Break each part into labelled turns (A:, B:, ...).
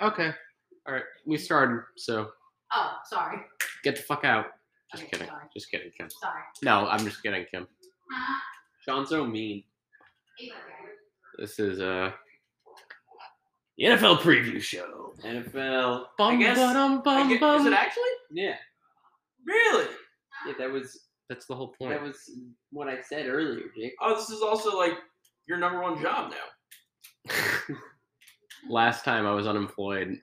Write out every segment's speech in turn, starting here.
A: Okay. All right. We started, so
B: Oh, sorry.
A: get the fuck out. Just
B: Okay,
A: kidding.
B: Sorry.
A: Just kidding, Kim.
B: Sorry.
A: No, I'm just kidding, Kim. Sean's so mean.
B: It's okay.
A: This is uh the NFL preview show. NFL. I
C: Bum,
A: guess.
C: ba-dum,
A: I
C: bum,
A: guess-
C: bum.
A: Is it actually? Yeah.
C: Really?
A: Yeah. That was that's the whole point.
C: That
A: was what I said earlier, Jake.
C: Oh, this is also like your number one job now.
A: Last time I was unemployed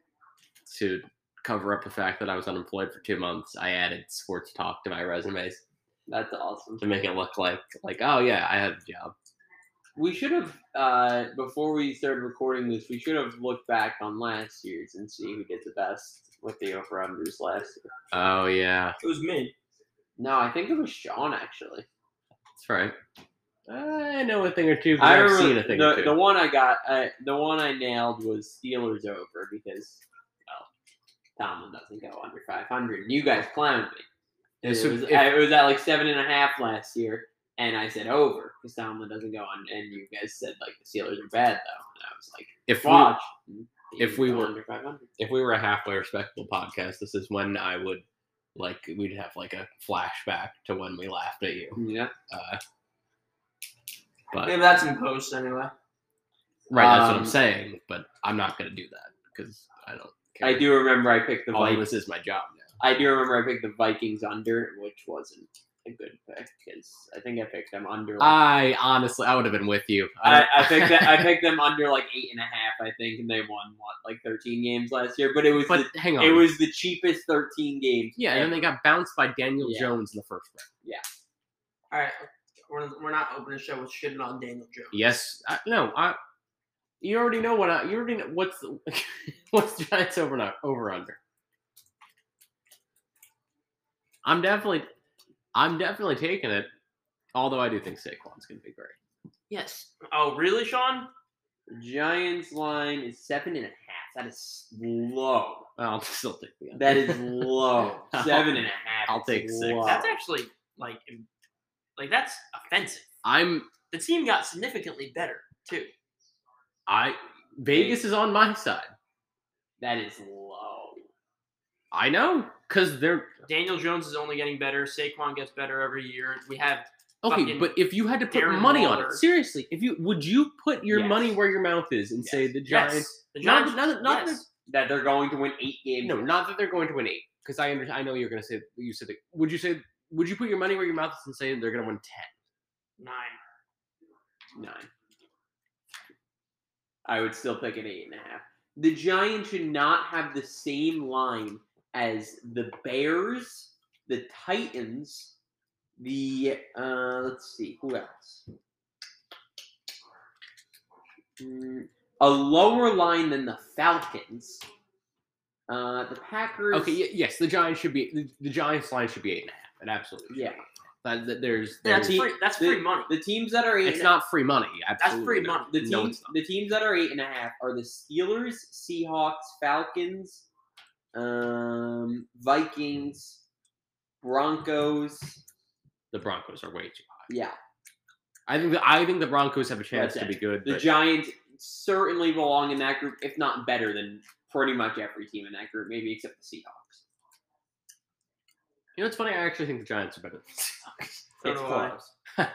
A: to cover up the fact that I was unemployed for two months, I added sports talk to my resumes
C: That's awesome.
A: to make it look like like oh yeah, I had a job.
C: We should have, uh, before we started recording this, we should have looked back on last year's and see who did the best with the over unders last year.
A: Oh yeah,
D: It was me.
C: No, I think it was Sean actually.
A: that's right. I know a thing or two. 'cause
C: I
A: I've
C: remember
A: seen a thing or
C: the,
A: two.
C: the one I got, I, the one I nailed was Steelers over because, well, Tomlin doesn't go under 500. You guys clowned me.
A: Yeah, so
C: it, was,
A: if-
C: I- it was at like seven and a half last year, and I said over because Tomlin doesn't go on. And you guys said like the Steelers are bad though, and I was like,
A: if we
C: watch.
A: if
C: They
A: we
C: go
A: were-
C: under 500.
A: if we were a halfway respectable podcast, this is when I would like we'd have like a flashback to when we laughed at you.
C: yeah,
A: Uh, but
D: Maybe that's in post anyway.
A: right, that's what
C: um,
A: I'm saying. But I'm not gonna do that because I don't. Care.
C: I do remember I picked the
A: All of
C: Vikings.
A: this is my job now.
C: I do remember I picked the Vikings under, which wasn't a good pick because I think I picked them under. like,
A: I honestly, I would have been with you.
C: I,
A: don't-
C: I picked that, I picked them under like eight and a half, I think, and they won what like thirteen games last year. But it was
A: but hang
C: the,
A: on,
C: it was the cheapest thirteen games.
A: yeah, and then they got bounced by Daniel
C: Yeah.
A: Jones in the first round.
D: All right, we're, we're not opening the show with shitting on Daniel Jones.
A: Yes, I, no, I. You already know what I. You already know what's the, what's the Giants over and over under. I'm definitely, I'm definitely taking it. Although I do think Saquon's going to be great.
D: Yes. Oh, really, Sean?
C: Giants line is seven and a half. That is low.
A: I'll still take the under.
C: That is low. seven and a half.
A: I'll
C: is
A: take six.
C: low.
D: That's actually like, im- like that's offensive.
A: I'm.
D: The team got significantly better too.
A: I. Vegas is on my side.
C: That is low.
A: I know because they're
D: Daniel Jones is only getting better. Saquon gets better every year. We have
A: okay.
D: Fucking
A: But if you had to put
D: Darren
A: money on
D: Waller.
A: it, seriously, if you would you put your
C: Yes.
A: money where your mouth is and say the Giants?
D: Yes, the
A: Not- not-
D: Giants.
A: not
D: yes.
C: That they're going to win eight games.
A: No, not that they're going to win eight. Because I under, I know you're going to say you said. that- Would you say? Would you put your money where your mouth is and say they're going to win ten?
D: nine.
C: nine. I would still pick an eight and a half. The Giants should not have the same line as the Bears, the Titans, the uh, let's see, who else? Mm, a lower line than the Falcons. Uh, the Packers.
A: Okay. y- Yes, the Giants should be the, the Giants line should be eight and a half. It absolutely.
C: Yeah.
A: That, that there's.
D: That's
A: there's-
D: free. That's
C: the-
D: free money.
C: The teams that are eight.
A: It's
C: and-
A: not free money.
D: free
A: Absolutely not.
D: money.
C: The teams,
A: No, it's not.
C: the teams that are eight and a half are the Steelers, Seahawks, Falcons, um, Vikings, Broncos.
A: The Broncos are way too high.
C: Yeah,
A: I think the, I think the Broncos have a chance
C: That's
A: to be good.
C: the
A: but
C: Giants certainly belong in that group, if not better than pretty much every team in that group, maybe except the Seahawks.
A: you know, it's funny. I actually think the Giants are better.
D: So
C: it's
D: do I.
C: close.
D: I don't,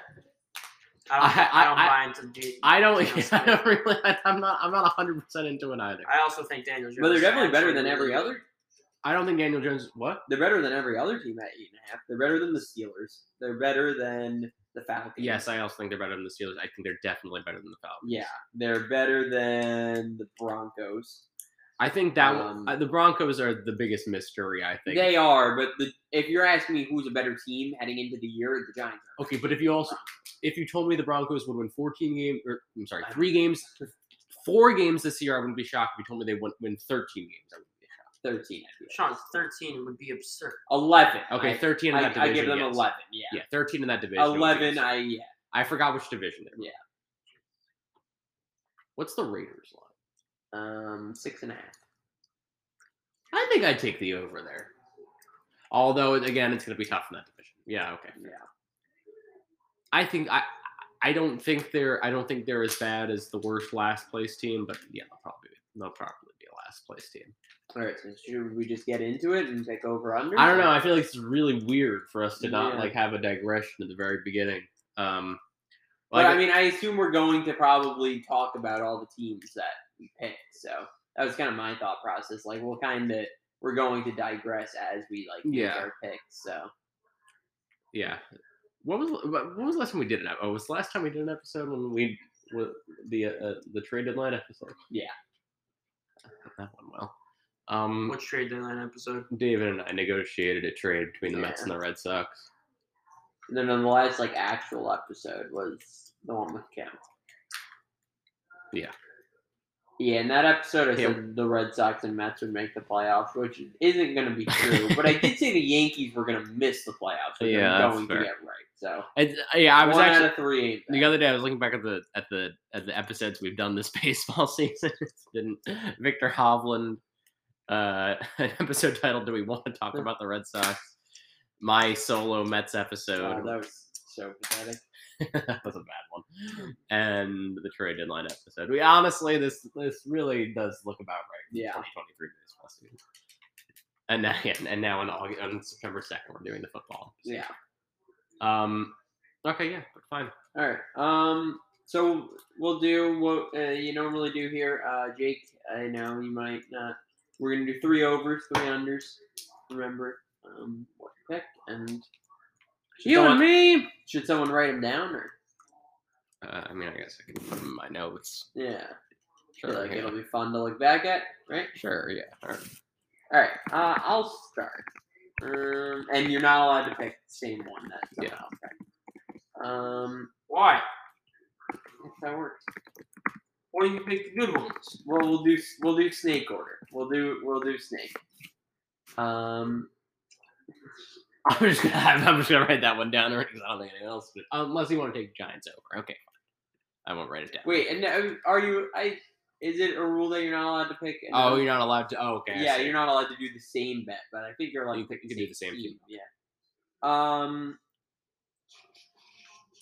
A: I-
D: I,
A: I-
D: don't
A: I-
D: buy into G.
A: I don't.
D: Yes.
A: I don't really. I'm not. I'm not 100 percent into it either.
D: I also think Daniel Jones.
C: But they're
D: is
C: definitely better than
D: actually
C: every
D: really
C: other.
A: I don't think Daniel Jones. What?
C: They're better than every other team at eight and a half. They're better than the Steelers. They're better than the Falcons.
A: Yes, I also think they're better than the Steelers. I think they're definitely better than the Falcons.
C: Yeah, they're better than the Broncos.
A: I think that
C: Um,
A: uh, the Broncos are the biggest mystery. I think.
C: They are, but the, if you're asking me who's a better team heading into the year, the Giants. Are.
A: okay, but if you also if you told me the Broncos would win 14 games, or I'm sorry, three games, four games this year, I wouldn't be shocked. If you told me they would win 13 games, I would be shocked.
C: Thirteen, I feel.
D: Sean, thirteen would be absurd.
C: Eleven.
A: Okay,
C: I-
A: 13 in that
C: I, I
A: division.
C: give them
A: yes.
C: eleven. Yeah.
A: Yeah, 13 in that division. would be
C: Eleven.
A: absurd.
C: I yeah.
A: I forgot which division. They're in.
C: Yeah.
A: What's the Raiders line?
C: Um, six and a half.
A: I think I'd take the over there. Although again, it's going to be tough in that division. Yeah. Okay.
C: Yeah.
A: I think I I don't think they're I don't think they're as bad as the worst last place team, but yeah, they'll probably they'll probably be last. last place team.
C: All right, so should we just get into it and take over under?
A: I don't know. I feel like it's really weird for us to not
C: Yeah.
A: like have a digression at the very beginning. Um,
C: But
A: like,
C: I mean, I assume we're going to probably talk about all the teams that we picked. So that was kind of my thought process. Like, we'll kind of we're going to digress as we like make
A: Yeah.
C: our picks. So
A: yeah. What was what what was the last time we did an episode? Oh, was the last time we did an episode when we wa- the uh, the trade deadline episode?
C: Yeah.
A: that one well. Um,
D: Which trade deadline episode?
A: David and I negotiated a trade between the Mets
C: Yeah.
A: and the Red Sox.
C: and then on the last like actual episode was the one with Kim.
A: Yeah.
C: Yeah, in that episode, I
A: Yeah.
C: said the Red Sox and Mets would make the playoffs, which isn't going to be true. but I did say the Yankees were going to miss the playoffs, which
A: Yeah,
C: I'm
A: that's
C: going to
A: fair.
C: get right. So
A: I, yeah, I was
C: one
A: actually
C: out of three ain't bad.
A: The other day, I was looking back at the at the at the episodes we've done this baseball season. It's been Victor Hovland, uh, an episode titled "Do We Want to Talk About the Red Sox?" My solo Mets
C: Wow,
A: episode
C: that was so pathetic.
A: that was a bad one, and the trade deadline episode. We honestly, this this really does look about right.
C: Yeah.
A: twenty twenty three baseball season. And now, yeah, and now in August, on September second, we're doing the football.
C: Yeah.
A: Um. Okay. Yeah. Fine.
C: All right. Um. So we'll do what uh, you normally do here, uh, Jake. I know you might not. We're gonna do three overs, three unders. Remember um, what to pick, and should someone,
A: me.
C: should someone write them down or
A: Uh, I mean, I guess I can put 'em in my notes.
C: yeah,
A: Sure,
C: like
A: yeah.
C: it'll be fun to look back at, right?
A: Sure, yeah. all right.
C: All right. Uh, I'll start. Um, and you're not allowed to pick the same one that someone
A: Yeah.
C: else picked. Um,
D: Why?
C: if that works.
D: Why do you pick the good ones?
C: Well, we'll do we'll do snake order. We'll do we'll do snake. Um,
A: I'm just gonna I'm just gonna write that one down already because I don't think anyone else would. Unless you want to take Giants over. Okay, fine. I won't write it down.
C: wait, and now- are you? I is it a rule that you're not allowed to pick?
A: Oh,
C: another-
A: you're not allowed to. Oh, okay. I
C: yeah,
A: see.
C: you're not allowed to do the same bet, but I think you're allowed
A: You
C: to pick
A: can do the same
C: team. Yeah. Um,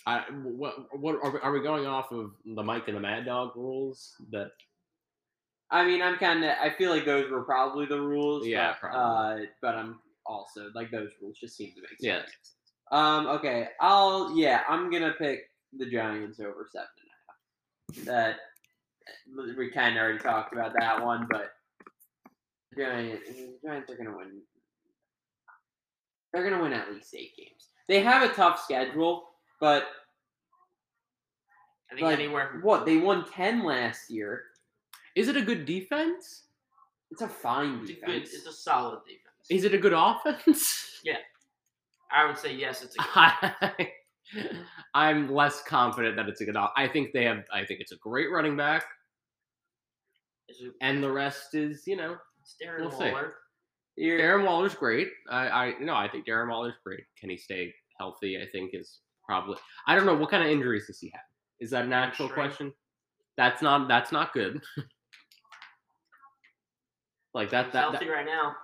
A: I, what, what are, we, are we going off of the Mike and the Mad Dog rules? That
C: I mean, I'm kind of. I feel like those were probably the rules.
A: Yeah,
C: but,
A: probably.
C: Uh, but I'm also like those rules just seem to make sense.
A: yeah.
C: Um. Okay. I'll. Yeah. I'm gonna pick the Giants over seven and a half. That we kind of already talked about that one, but Giants. Giants are gonna win. They're gonna win at least eight games. They have a tough schedule, but
D: I think
C: Like,
D: anywhere from
C: what they won ten last year.
A: Is it a good defense?
C: It's a fine
D: it's a, good,
C: defense.
D: it's a solid defense.
A: Is it a good offense?
D: I would say yes, it's a good
A: I, I'm less confident that it's a good. off- I think they have. I think it's a great running back,
D: it's a-
A: and the rest is you know
D: it's Darren
A: We'll see.
D: Waller.
C: You're-
A: Darren Waller's great. I, I no, I think Darren Waller's great. Can he stay healthy? I think is probably. I don't know what kind of injuries does he have. Is that an actual
D: Hamstring.
A: question? That's not. That's not good. like that.
D: He's
A: That.
D: healthy
A: that-
D: right now.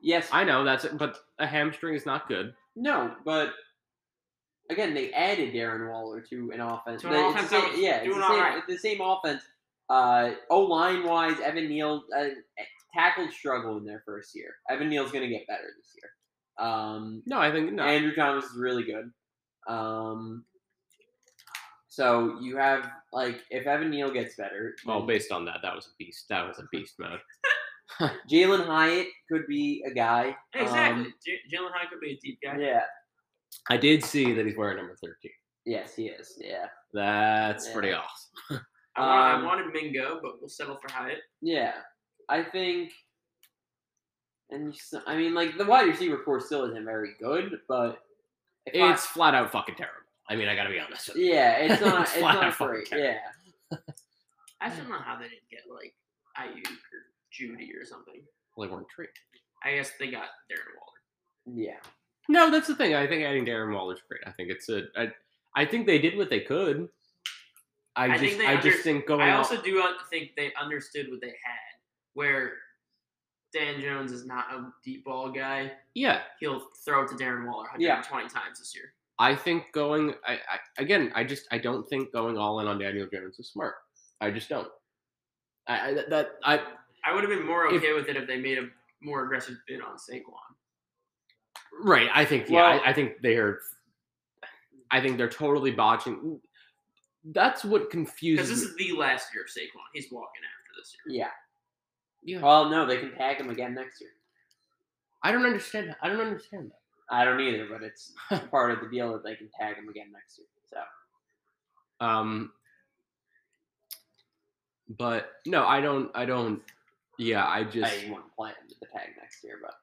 C: yes.
A: I know that's. But a hamstring is not good.
C: no, but. Again, they added Darren Waller to an offense.
D: To an
C: It's the
D: offense
C: same-
D: that was
C: yeah, it's
D: doing
C: the same,
D: alright.
C: it's the same offense. Uh, o line wise, Evan Neal uh, tackled struggle in their first year. Evan Neal's going to get better this year. Um,
A: No, I think no.
C: Andrew Thomas is really good. Um, so you have like if Evan Neal gets better,
A: well,
C: then
A: based on that, that was a beast. That was a beast mode.
C: Jalen Hyatt could be a guy.
D: Exactly.
C: Um,
D: J Jalen Hyatt could be a deep guy.
C: yeah.
A: I did see that he's wearing number thirteen.
C: Yes, he is. Yeah.
A: That's
C: Yeah.
A: pretty awesome.
D: I,
C: Um,
D: want, I wanted Mingo, but we'll settle for Hyatt.
C: Yeah, I think, and you s- I mean, like the wide receiver core still isn't very good, but if I-
A: It's flat out fucking terrible. I mean, I gotta be honest. With you.
C: yeah, it's not
A: it's
C: it's,
A: flat out
C: not
A: fucking
C: great.
A: terrible.
C: Yeah,
D: I still don't know how they didn't get like Ayuk or Judy or something.
A: Well, they weren't treated.
D: I guess they got Darren Waller.
C: yeah,
A: No, that's the thing. I think adding Darren Waller's great. I think it's a. I, I think they did what they could. I,
D: I
A: just,
D: think they
A: I
D: under-
A: just think going.
D: I
A: off-
D: also do un- think they understood what they had, where Dan Jones is not a deep ball guy.
A: yeah,
D: He'll throw it to Darren Waller 120
C: Yeah.
D: times this year.
A: I think going. I, I again, I just, I don't think going all in on Daniel Jones is smart. I just don't. I, I that I
D: I would have been more
A: If-
D: okay with it if they made a more aggressive bid on Saquon.
A: Right. I think yeah.
C: Well-
A: I, I think they're. I think they're totally botching. That's what
D: Because
A: confuses.
D: this
A: me.
D: is the last year of Saquon. He's walking after this year.
C: Yeah.
A: Yeah.
C: Well, no, they can tag him again next year.
A: I don't understand. that. I don't understand that.
C: I don't either, but it's part of the deal that they can tag him again next year. So
A: Um, but no, I don't. I don't. Yeah, I just.
C: I want to play him with the tag next year, but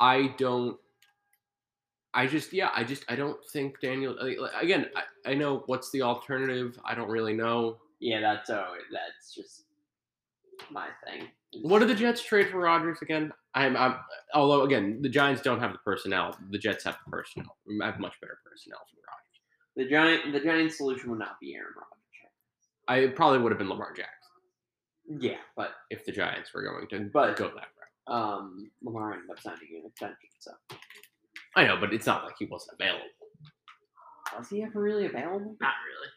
A: I don't. I just, yeah, I just, I don't think Daniel. like, like, Again, I, I know what's the alternative. I don't really know.
C: yeah, that's oh, that's just my thing.
A: What did the Jets trade for Rodgers again? I'm, I'm, although again, the Giants don't have the personnel. The Jets have the personnel. Have much better personnel for Rodgers.
C: the giant? The giant solution would not be Aaron Rodgers.
A: I it probably would have been Lamar Jackson
C: Yeah, but
A: if the Giants were going to
C: But-
A: go that route.
C: um, Lamar ended up signing an extension. So
A: I know, but it's not like he wasn't available.
C: was he ever really available?
D: Not really.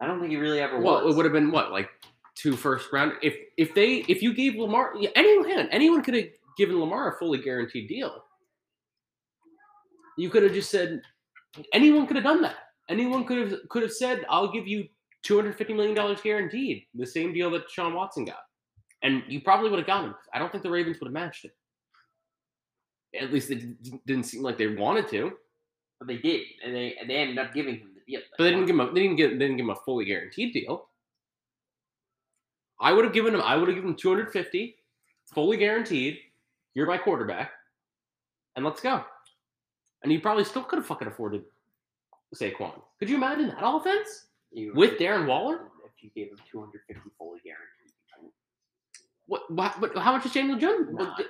C: I don't think he really ever
A: Well,
C: was.
A: it would have been what like two first round. If if they if you gave Lamar yeah, anyone hang on, anyone could have given Lamar a fully guaranteed deal. You could have just said anyone could have done that. Anyone could have could have said I'll give you two hundred fifty million dollars guaranteed, the same deal that Sean Watson got, and you probably would have gotten him. I don't think the Ravens would have matched it. At least it d- didn't seem like they wanted to,
C: but they did, and they and they ended up giving him the deal.
A: but they didn't give him. A, they didn't get. They didn't give him a fully guaranteed deal. I would have given him. I would have given him 250, fully guaranteed. You're my quarterback, and let's go. And he probably still could have fucking afforded Saquon. Could you imagine that offense?
C: You-
A: with Darren Waller?
C: If you gave him two hundred fifty fully guaranteed,
A: What? What? what how much is Daniel Jones?
C: not,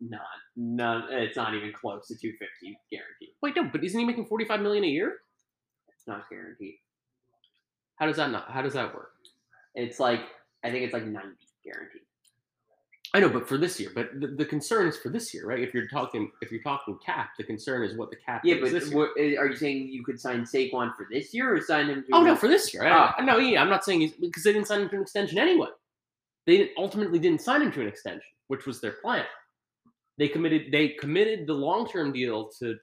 C: not, none. It's not even close to two fifty guaranteed.
A: Wait, no. But isn't he making 45 million a year?
C: It's not guaranteed.
A: How does that not? How does that work?
C: It's like I think it's like ninety guaranteed.
A: I know, but for this year. But the, the concern is for this year, right? If you're talking, if you're talking cap, the concern is what the cap.
C: Yeah,
A: is
C: but
A: this year.
C: what, eh, are you saying you could sign Saquon for this year or sign him? To
A: Oh no, for this year. I,
C: Ah.
A: I- no, yeah, I'm not saying he's because they didn't sign him to an extension anyway. They didn't, ultimately didn't sign him to an extension, which was their plan. They committed they committed the long term deal to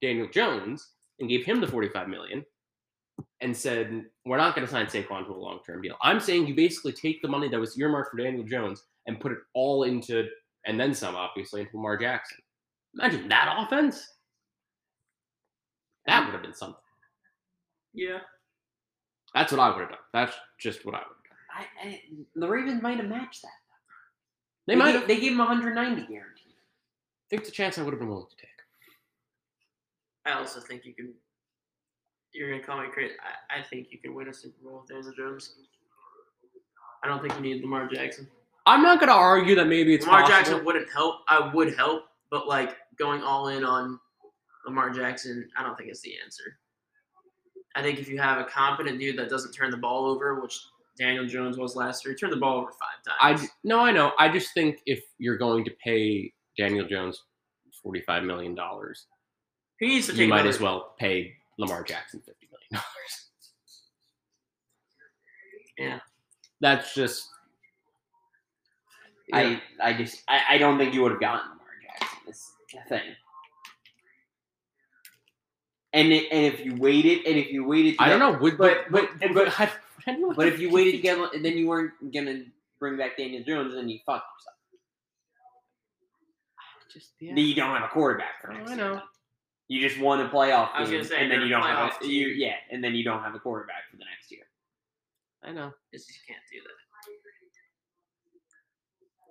A: Daniel Jones and gave him the 45 million, and said we're not going to sign Saquon to a long term deal. I'm saying you basically take the money that was earmarked for Daniel Jones and put it all into and then some, obviously, into Lamar Jackson. Imagine that offense. That would have been something.
D: Yeah.
A: That's what I would have done. That's just what I would have done.
C: I, I, the Ravens might have matched that.
A: They might
C: gave-
A: have.
C: They gave him one hundred ninety guaranteed.
A: think the chance I would have been willing to take.
D: I also think you can. You're gonna call me crazy. I, I think you can win a Super Bowl with Daniel Jones. I don't think you need Lamar Jackson.
A: I'm not going to argue that maybe it's
D: Lamar
A: possible.
D: Jackson wouldn't help. I would help, but like going all in on Lamar Jackson, I don't think it's the answer. I think if you have a competent dude that doesn't turn the ball over, which Daniel Jones was last year, he turned the ball over five
A: I
D: times.
A: j- no, I know. I just think if you're going to pay Daniel Jones forty-five million dollars,
D: he needs to take
A: you might
D: another-
A: as well pay Lamar Jackson fifty million dollars.
D: Yeah.
A: that's just. Yeah.
C: I I just I, I don't think you would have gotten Lamar Jackson. Is the thing. And it, and if you waited and if you waited, to
A: I don't
C: get-
A: know. Would
C: But- but-
A: but,
C: but-
A: I- I don't know what
C: But
A: the
C: if you
A: fuck
C: waited to get, and then you weren't gonna bring back Daniel Jones, then you fucked yourself.
A: just yeah.
C: Then you don't have a quarterback for
A: Oh,
C: next
A: I
C: year.
A: know.
C: then. You just won a playoff
D: I was
C: game,
D: gonna say,
C: and then
D: you're
C: you
D: a
C: don't have
D: playoff
C: a, you,
D: team.
C: yeah, and then you don't have a quarterback for the next year.
A: I know.
D: Just- you can't do that.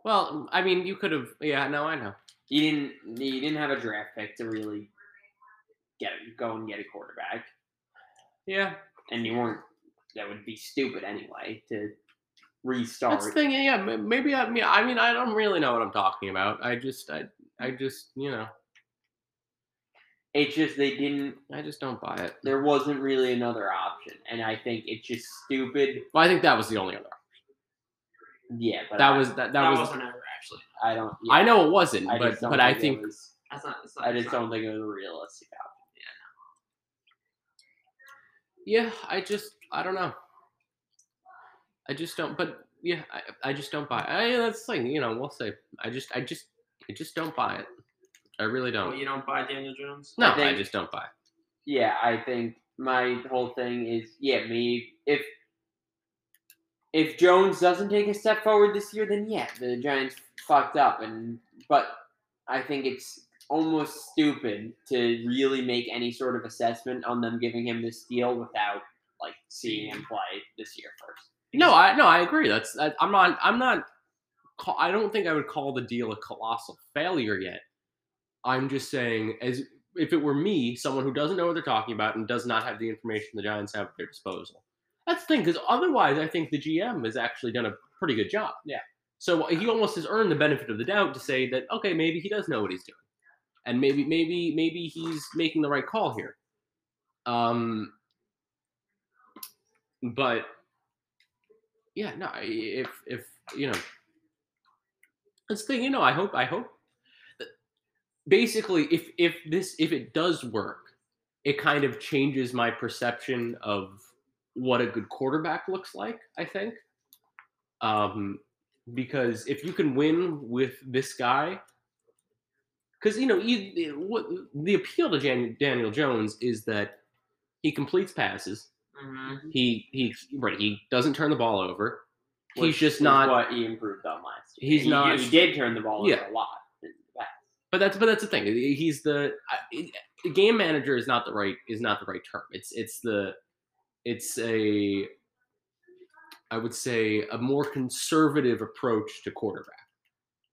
A: Well, I mean, you could have. Yeah, no, I know.
C: You didn't you didn't have a draft pick to really get go and get a quarterback,
A: Yeah,
C: and you weren't. That would be stupid anyway to restart.
A: That's the thing. Yeah, m- maybe I mean, I mean, I don't really know what I'm talking about. I just, I, I just, you know,
C: It's just they didn't.
A: I just don't buy it.
C: There wasn't really another option, and I think it's just stupid.
A: Well, I think that was the only other.
C: Yeah, but
A: That
C: I,
A: was that. That,
D: That,
A: was.
D: wasn't ever actually.
C: I don't. yeah,
A: I know it wasn't,
C: I
A: but
C: just don't
A: but I
C: it
A: think
C: was-
D: That's not. That's not
C: I just
D: that's not-
C: don't think it was a realistic option.
A: yeah. I just I don't know. I just don't. But yeah, I, I just don't buy. I, that's the thing, you know. We'll say. I just, I just, I just don't buy it. I really
D: Oh,
A: don't.
D: you don't buy Daniel Jones?
A: No,
C: I
A: I,
C: think-
A: just don't buy. it.
C: yeah, I think my whole thing is yeah, me if if Jones doesn't take a step forward this year, then yeah, the Giants fucked up and but I think it's almost stupid to really make any sort of assessment on them giving him this deal without like seeing him play this year first.
A: No, I no, I agree. That's that, I'm not. I'm not. Call, I don't think I would call the deal a colossal failure yet. I'm just saying, as if it were me, someone who doesn't know what they're talking about and does not have the information the Giants have at their disposal. That's the thing, because otherwise, I think the GM has actually done a pretty good job.
C: Yeah.
A: So he almost has earned the benefit of the doubt to say that okay, maybe he does know what he's doing, and maybe maybe maybe he's making the right call here. Um. But yeah, no, I- if if you know, that's the thing. You know, I hope I hope that basically if if this if it does work, it kind of changes my perception of what a good quarterback looks like. I think, um, because if you can win with this guy. Because you know, you, what the appeal to Jan, Daniel Jones is that he completes passes,
D: Mm-hmm.
A: he he right he doesn't turn the ball over
C: which
A: he's just
C: is
A: not
C: what he improved on last year.
A: he's
C: He-
A: not-
C: he did turn the ball
A: Yeah.
C: over a lot in the past.
A: but that's but that's the thing he's the I- it- game manager is not the right is not the right term it's it's the it's a i would say a more conservative approach to quarterback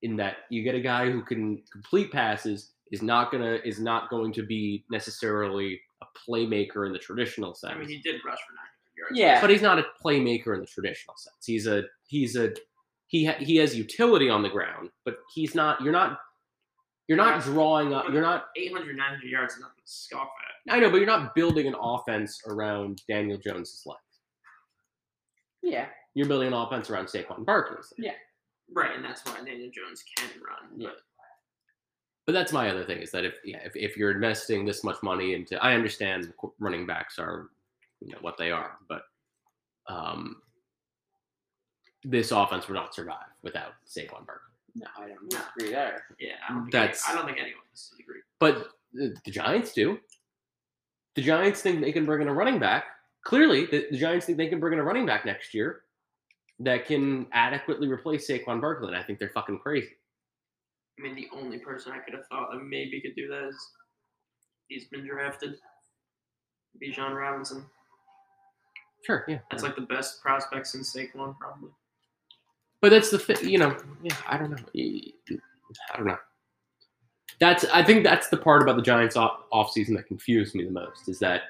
A: in that you get a guy who can complete passes is not gonna is not going to be necessarily a playmaker in the traditional sense
D: I mean, he did rush for 900 yards.
C: Yeah.
A: but he's not a playmaker in the traditional sense. He's a he's a he ha- he has utility on the ground, but he's not. You're not. You're not drawing up. You're not.
D: 800, 900 yards is nothing to scoff at.
A: I know, but you're not building an offense around Daniel Jones's life.
C: Yeah.
A: You're building an offense around Saquon Barkley's. life.
D: Right, and that's why Daniel Jones can run.
C: Yeah.
A: But that's my other thing is that if yeah, if, if you're investing this much money into, I understand qu- running backs are you know, what they are, but um, this offense would not survive without Saquon Barkley.
C: No, I don't agree there.
D: But, yeah, I don't think,
A: That's-
D: I don't think anyone does agree.
A: But the, the Giants do. The Giants think they can bring in a running back. Clearly, the, the Giants think they can bring in a running back next year that can adequately replace Saquon Barkley. And I think they're fucking crazy.
D: I mean, the only person I could have thought of maybe could do that is he's been drafted. Bijan Robinson.
A: Sure, yeah.
D: That's like the best prospect since Saquon, probably.
A: but that's the thing, you know. Yeah, I don't know. E- I don't know. That's I think that's the part about the Giants off offseason that confused me the most is that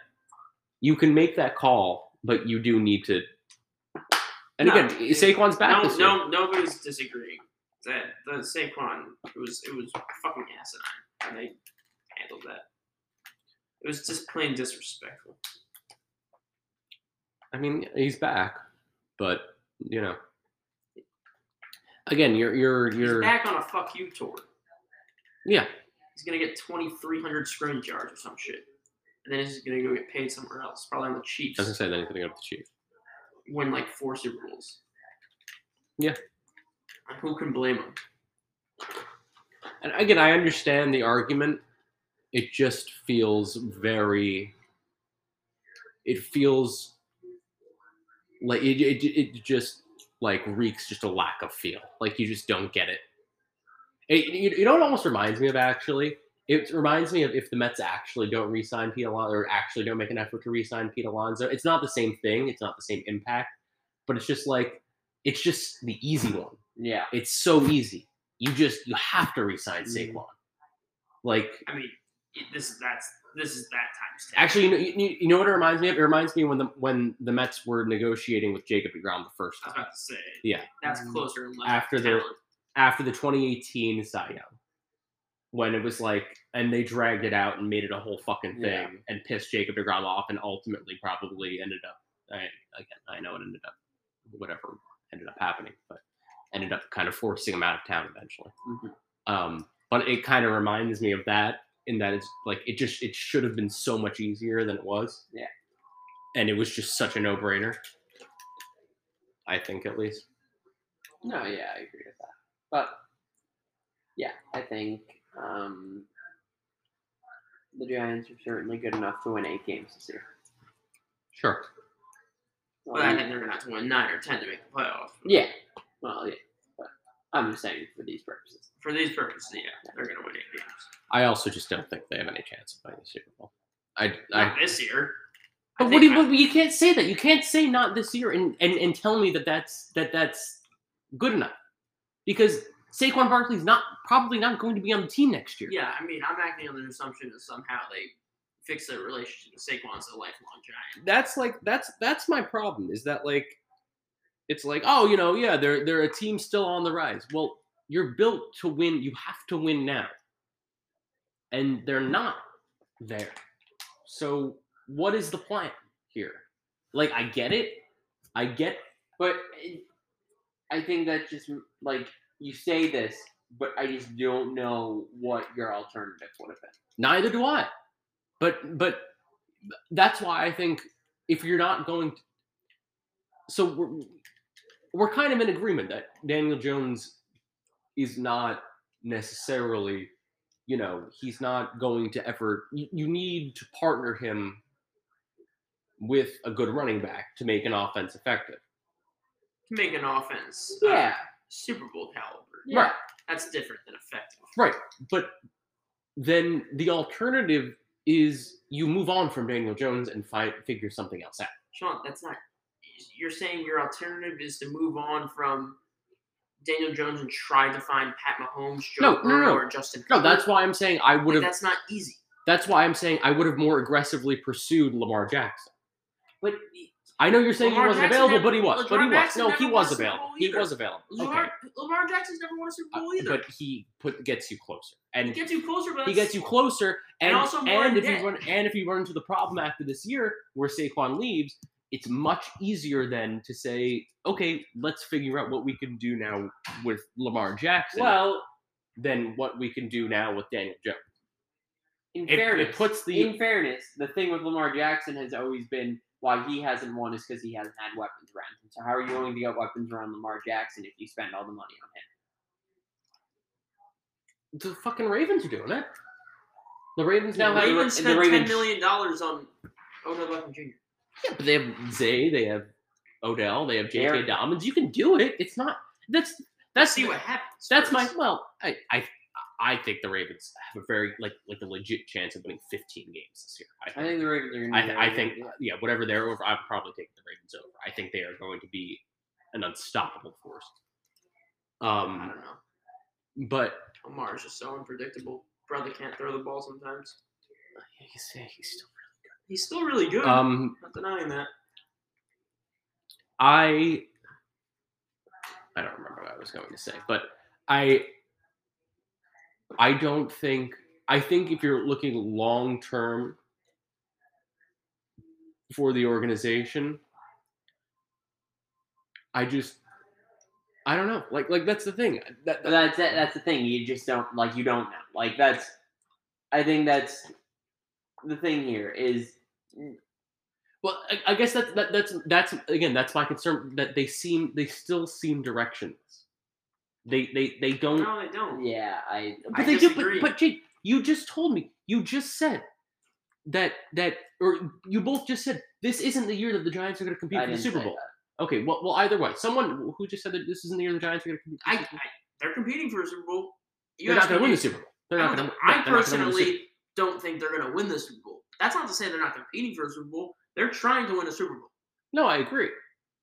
A: you can make that call, but you do need to. And
D: No,
A: again, Saquon's back.
D: no,
A: this year.
D: no, nobody's disagreeing that the Saquon it was it was fucking asinine and they handled that. It was just plain disrespectful.
A: I mean, he's back, but you know, again, you're you're
D: He's
A: you're
D: back on a fuck you tour.
A: yeah,
D: He's gonna get twenty three hundred scrimmage yards or some shit, and then he's gonna go get paid somewhere else, probably on the Chiefs,
A: doesn't say anything about the Chiefs.
D: win like four Super Bowls.
A: Yeah.
D: And who can blame him?
A: And again, I understand the argument. It just feels very. It feels like it, it, it just like reeks just a lack of feel. Like you just don't get it. It you, you know what it almost reminds me of actually. It reminds me of if the Mets actually don't re-sign Pete Alonso or actually don't make an effort to re-sign Pete Alonso. It's not the same thing. It's not the same impact. But it's just like it's just the easy one.
C: Yeah.
A: It's so easy. You just you have to resign
C: Mhm.
A: Saquon. Like
D: I mean, it, this is that's this is that times ten.
A: actually, you know, you, you know what it reminds me of? It reminds me when the when the Mets were negotiating with Jacob Degrom the first
D: I was
A: time
D: about to say.
A: Yeah.
D: That's closer and less
A: After the-
D: talent.
A: after the 2018 Cy Young, when it was like and they dragged it out and made it a whole fucking thing
C: Yeah.
A: and pissed Jacob Degrom off and ultimately probably ended up. I again I know it ended up whatever ended up happening, but ended up kind of forcing him out of town eventually.
C: Mhm.
A: Um, but it kind of reminds me of that in that it's like it just it should have been so much easier than it was.
C: Yeah.
A: And it was just such a no-brainer. I think at least.
C: No, yeah, I agree with that. But yeah, I think um, the Giants are certainly good enough to win eight games this year.
A: Sure.
D: But I think they're gonna have to win nine or ten to make the playoff.
C: yeah. Well, yeah. But I'm just saying for these purposes.
D: For these purposes, yeah, they're gonna win eight games.
A: I also just don't think they have any chance of playing the Super Bowl. I, I
D: Not this year.
A: but
D: I
A: what
D: think
A: do you,
D: I-
A: but you can't say that. You can't say not this year and, and, and tell me that that's that that's good enough because Saquon Barkley's not probably not going to be on the team next year.
D: Yeah, I mean, I'm acting on the assumption that somehow they fix their relationship with Saquon's a lifelong giant.
A: that's like that's that's my problem is that like it's like oh you know yeah they're they're a team still on the rise well you're built to win you have to win now and they're not there so what is the plan here like i get it i get eh,
C: But it- I think that just like you say this, but I just don't know what your alternative would have been.
A: neither do i but but that's why i think if you're not going to, so we're, we're kind of in agreement that daniel jones is not necessarily you know he's not going to ever you, you need to partner him with a good running back to make an offense effective
D: To make an offense, uh,
C: Yeah.
D: Super Bowl caliber.
C: yeah.
A: Right.
D: That's different than effective.
A: Right. But then the alternative is you move on from daniel jones and fi- figure something else out
D: Sean, that's not. You're saying your alternative is to move on from Daniel Jones and try to find Pat Mahomes, Joe
A: No, no,
D: Burrow,
A: no.
D: or Justin.
A: No,
D: Herbert?
A: that's why I'm saying I would
D: Like,
A: have.
D: that's not easy.
A: That's why I'm saying I would have more aggressively pursued Lamar Jackson.
D: But
A: I know you're saying
D: Lamar
A: he wasn't
D: Jackson
A: available,
D: never-
A: but he was. But he
D: Lamar
A: was.
D: Jackson
A: No, he
D: never
A: was
D: won a Super
A: available.
D: Bowl
A: He
D: either.
A: was available.
D: Lamar,
A: Okay.
D: Lamar Jackson's never won a Super
A: Uh,
D: Bowl either.
A: But he put gets you closer,
D: he
A: and
D: gets you closer, but
A: he
D: that's-
A: gets you closer,
D: And
A: and
D: also more
A: and
D: in
A: if
D: debt.
A: you run and if you run into the problem after this year where Saquon leaves, it's much easier then to say, okay, let's figure out what we can do now with Lamar Jackson,
C: Well,
A: than what we can do now with Daniel Jones.
C: in
A: It,
C: fairness,
A: it puts the
C: in fairness, the thing with Lamar Jackson has always been why he hasn't won is because he hasn't had weapons around him. So how are you going to get weapons around Lamar Jackson if you spend all the money on him?
A: the fucking Ravens are doing it. The Ravens now
D: Now,
A: have
C: They were-
D: Ravens
C: the
D: spent ten
C: Ravens-
D: million dollars on Odell Beckham Jr.
A: yeah, but they have Zay, they have Odell, they have J.K.
C: Derek.
A: Dommins. You can do it. It's not that's that's
D: see what happens.
A: that's my
D: first.
A: well. I I I think the Ravens have a very like like a legit chance of winning 15 games this year. I
C: I
A: think
C: think the Ravens are
A: I,
C: going to.
A: th- I think yeah, whatever they're over, I'm probably taking the Ravens over. I think they are going to be an unstoppable force.
D: I
A: Um,
D: don't know.
A: but
D: Lamar is just so unpredictable. Brother can't throw the ball sometimes.
A: he's, he's still,
D: He's still really good.
A: um,
D: Not denying that.
A: I I don't remember what I was going to say, but I I don't think I think if you're looking long term for the organization, I just I don't know. Like like that's the thing. That,
C: But
A: that-
C: that's it. That's the thing. You just don't like. You don't know. Like that's. I think that's the thing here is
A: well, I, I guess that's that, that's that's again that's my concern that they seem they still seem directions. They they they don't
D: No, they don't.
C: yeah. I
A: But
D: I
A: they
D: disagree.
A: do. But, but Jake, you just told me. You just said that that, or you both just said this isn't the year that the Giants are going to compete
C: I
A: for the
C: didn't
A: Super
C: say
A: Bowl. Okay. Well, well, either way, someone who just said that this isn't the year the Giants are going to compete. For
D: I,
A: the
D: I
A: Super Bowl,
D: they're competing for a Super Bowl. You
A: they're not
D: ask
A: going to win
D: me-
A: the Super Bowl. They're
D: I
A: not
D: don't
A: going to.
D: think- I personally don't think they're going to win the Super Bowl. That's not to say they're not competing for a Super Bowl. They're trying to win a Super Bowl.
A: No, I agree.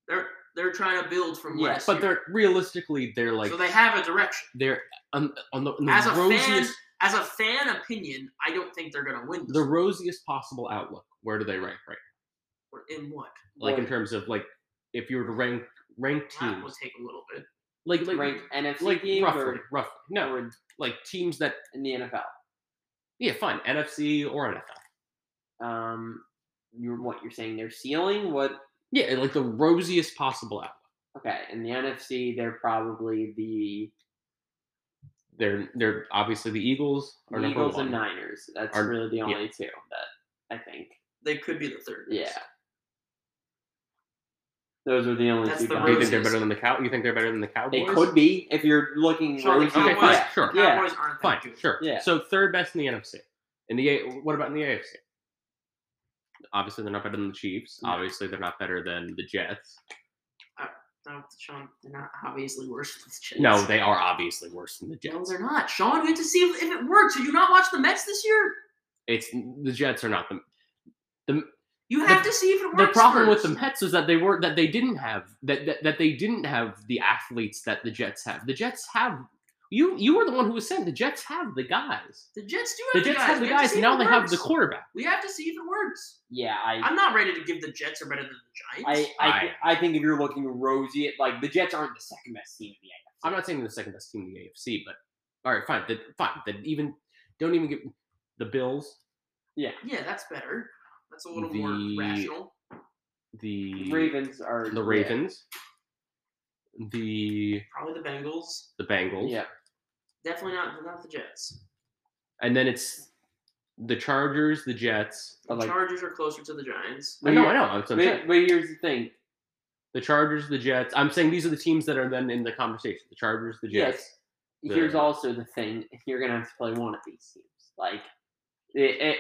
D: They're they're trying to build from
C: Yeah,
D: last
A: But
D: year.
A: they're realistically, they're like
D: so they have a direction.
A: they're on, on the, on the
D: As a fan-
A: rosiest,
D: As a fan opinion, I don't think they're going to win. This
A: the rosiest possible outlook. Where do they rank right?
D: Super Bowl. in what?
A: now? Like in
C: Right.
A: terms of like, if you were to rank rank
D: That will
A: teams,
D: take a little bit.
A: like like
C: ranked NFC
A: like
C: teams
A: roughly,
C: or,
A: roughly. No,
C: or
A: like teams that
C: in the NFL.
A: Yeah, fine. NFC or NFL.
C: Um, you're what you're saying. Their ceiling. What
A: Yeah, like the rosiest possible outlook.
C: Okay, in the NFC, they're probably the
A: They're they're obviously the Eagles are number
C: Eagles
A: one.
C: and Niners. That's
A: Are-
C: really the
A: yeah.
C: only two that I think.
D: They could be the third.
C: Yeah. Those are the only
D: That's
C: two.
D: the
A: Do
C: teams.
A: you think they're
D: Roses.
A: better than the cow? You think they're better than the Cowboys?
C: They could be if you're looking.
D: Sure, the
C: rosy.
A: Okay,
D: Cowboys.
A: fine,
C: Yeah.
A: sure,
C: Yeah.
D: Cowboys aren't
A: fine,
D: that good.
A: sure.
C: Yeah.
A: So third best in the NFC. In the A, what about in the AFC? Obviously, they're not better than the Chiefs.
C: No.
A: Obviously, they're not better than the Jets.
D: No, Sean, they're not obviously worse than the Jets.
A: No, they are obviously worse than the
D: No,
A: Jets.
D: they're not. Sean, we have to see if, if it works. Did you not watch the Mets this year?
A: It's the Jets are not the. The,
D: You
A: The-
D: have to see if it works.
A: the problem with the
D: first.
A: Mets is that they were that they didn't have that, that that they didn't have the athletes that the Jets have. The Jets have you you were the one who was saying the Jets have the guys.
D: the Jets do
A: The
D: have the,
A: Jets
D: guys.
A: have the
D: We to
A: guys.
D: see if
A: Now
D: it
A: they have
D: works.
A: the quarterback.
D: We have to see if it works.
C: Yeah, I,
D: I'm not ready to give the Jets are better than the
C: I,
D: Giants.
C: I, thi- I think if you're looking rosy, at, like the Jets aren't the second best team in the AFC.
A: I'm not saying they're the second best team in the AFC, but all right, fine. That fine. That even don't even get the Bills,
D: yeah, that's better. That's a little
A: The-
D: more rational.
A: the
C: Ravens are
A: Mm-hmm. the Ravens, the
D: Probably the Bengals.
A: the Bengals,
C: Yeah,
D: Definitely not not the Jets.
A: and then it's the Chargers, the Jets.
D: The
C: but like,
D: Chargers are closer to the Giants.
A: I
C: But
A: know,
C: here-
A: I know. That's what
C: but,
A: I'm saying.
C: but here's the thing.
A: The Chargers, the Jets. I'm saying these are the teams that are then in the conversation. The Chargers, the Jets.
C: Yes. Here's
A: The-
C: also the thing. You're gonna have to play one of these teams. Like, it, it,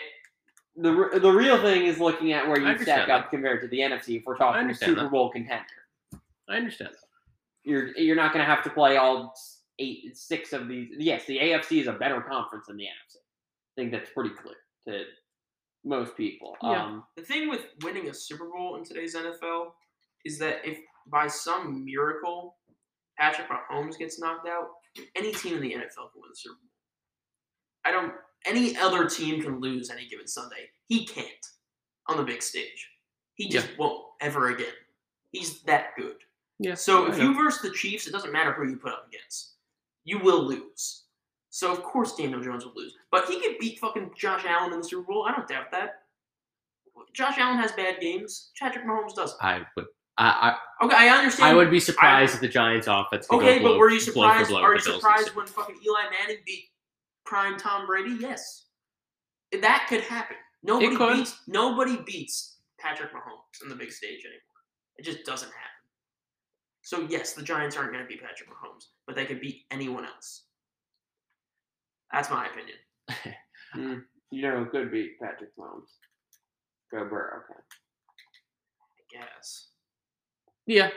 C: the re- the real thing is looking at where
A: I
C: you
A: understand
C: stack up compared to the NFC. If we're talking
A: understand
C: Super
A: that.
C: Bowl contender,
A: I understand. That.
C: you're you're not gonna have to play all eight, six of these. Yes, the AFC is a better conference than the NFC. I think that's pretty clear to most people.
A: Yeah.
C: Um,
D: The thing with winning a Super Bowl in today's NFL is that if by some miracle Patrick Mahomes gets knocked out, any team in the NFL can win the Super Bowl. I don't. Any other team can lose any given Sunday. He can't on the big stage. He just won't ever again. He's that good.
A: Yeah.
D: So if you verse the Chiefs, it doesn't matter who you put up against. You will lose. So of course Daniel Jones will lose. But he could beat fucking Josh Allen in the Super Bowl. I don't doubt that. Josh Allen has bad games. Patrick Mahomes doesn't.
A: I would. I,
D: Okay, I understand.
A: I, I would be surprised if the Giants offense. could go
D: Okay,
A: blow-
D: but were you
A: blow for
D: surprised?
A: blow
D: Are you
A: with the Bills and
D: surprised
A: stuff.
D: when fucking Eli Manning beat prime Tom Brady? Yes, that could happen. Nobody
A: could.
D: beats. Nobody beats Patrick Mahomes on the big stage anymore. It just doesn't happen. So yes, the Giants aren't going to beat Patrick Mahomes, but they could beat anyone else. That's my opinion.
C: you know, it could be Patrick Mahomes. Go Burrow. Okay.
D: I guess.
A: Yeah.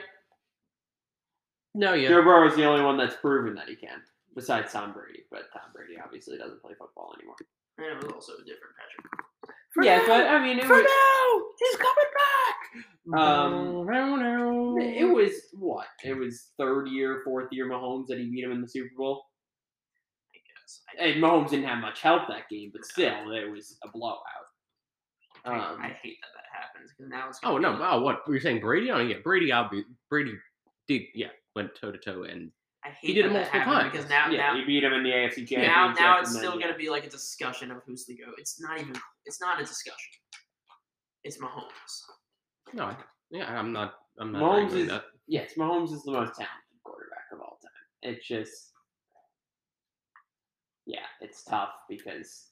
A: No, yeah.
C: Joe Burrow is the only one that's proven that he can, besides Tom Brady. But Tom Brady obviously doesn't play football anymore.
D: And it was also a different Patrick.
C: yeah, but I mean, it was,
A: now, he's coming back.
C: Um,
A: no, no.
C: it was what? It was third year, fourth year Mahomes that he beat him in the Super Bowl.
D: I guess. I,
C: And Mahomes didn't have much help that game, but still, it was a blowout. Um,
D: I hate that that happens because now it's. gonna
A: Oh no!
D: be-
A: Oh, what you're saying, Brady? Oh yeah, Brady. Obvi- Brady did. Yeah, went toe to toe, and
D: I hate
A: did it
D: that that
A: multiple
D: happened
A: times.
D: because now now
C: yeah, he beat him in the AFC Championship.
D: now, now it's
C: and then,
D: still
C: yeah.
D: going to be like a discussion of who's the goat. It's not even. It's not a discussion. It's Mahomes.
A: no, I, yeah, I'm not. I'm not.
C: Mahomes
A: arguing
C: is-
A: that.
C: Yes, Mahomes is the most talented quarterback of all time. It's just, yeah, it's tough because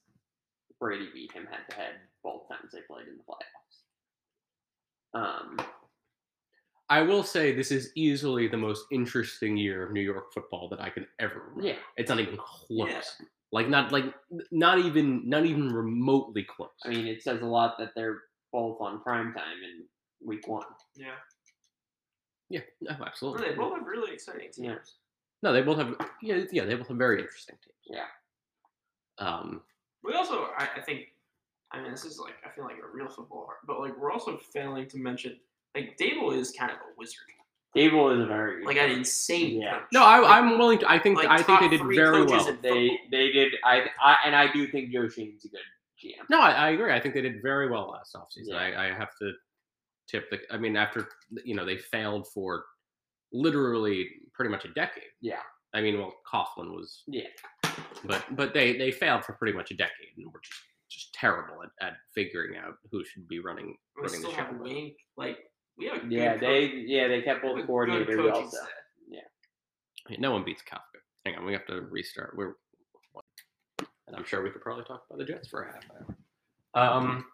C: Brady beat him head to head both times they played in the playoffs. Um,
A: I will say this is easily the most interesting year of New York football that I can ever. Remember.
C: yeah,
A: It's not even close.
D: Yeah.
A: Like not like not even not even remotely close.
C: I mean, it says a lot that they're both on prime time in week one.
D: Yeah.
A: no,
D: Well,
A: Oh, absolutely.
D: they both have really exciting teams.
C: Yeah.
A: No, they both have. Yeah, yeah, they both have very interesting teams.
C: Yeah.
A: Um.
D: We also, I, I think, I mean, this is like I feel like a real footballer, but like we're also failing to mention like Dable is kind of a wizard,
C: Dable is a very good
D: like an
C: coach.
D: insane.
C: Yeah.
D: coach.
A: No, I,
D: Like,
A: I'm willing to. I think
D: like
A: I think
D: top
A: they did
D: three
A: very
D: coaches
A: well.
D: in-
C: They they did I, I and I do think Joe Shane's a good GM.
A: No, I, I agree. I think they did very well last offseason.
C: Yeah.
A: I, I have to tip the. I mean, after you know they failed for literally pretty much a decade.
C: Yeah.
A: I mean, well, Coughlin was.
C: Yeah.
A: But but they they failed for pretty much a decade and were just just terrible at, at figuring out who should be running
D: we
A: running the
D: still
A: show.
D: have Wink. Like we have. a good
C: Yeah,
D: coach-
C: they yeah they kept
D: we
C: both
D: have good
C: coordinators
D: coaching
C: also.
D: staff.
A: No one beats Kafka. Hang on, we have to restart. We're and I'm sure we could probably talk about the Jets for a half hour. Um.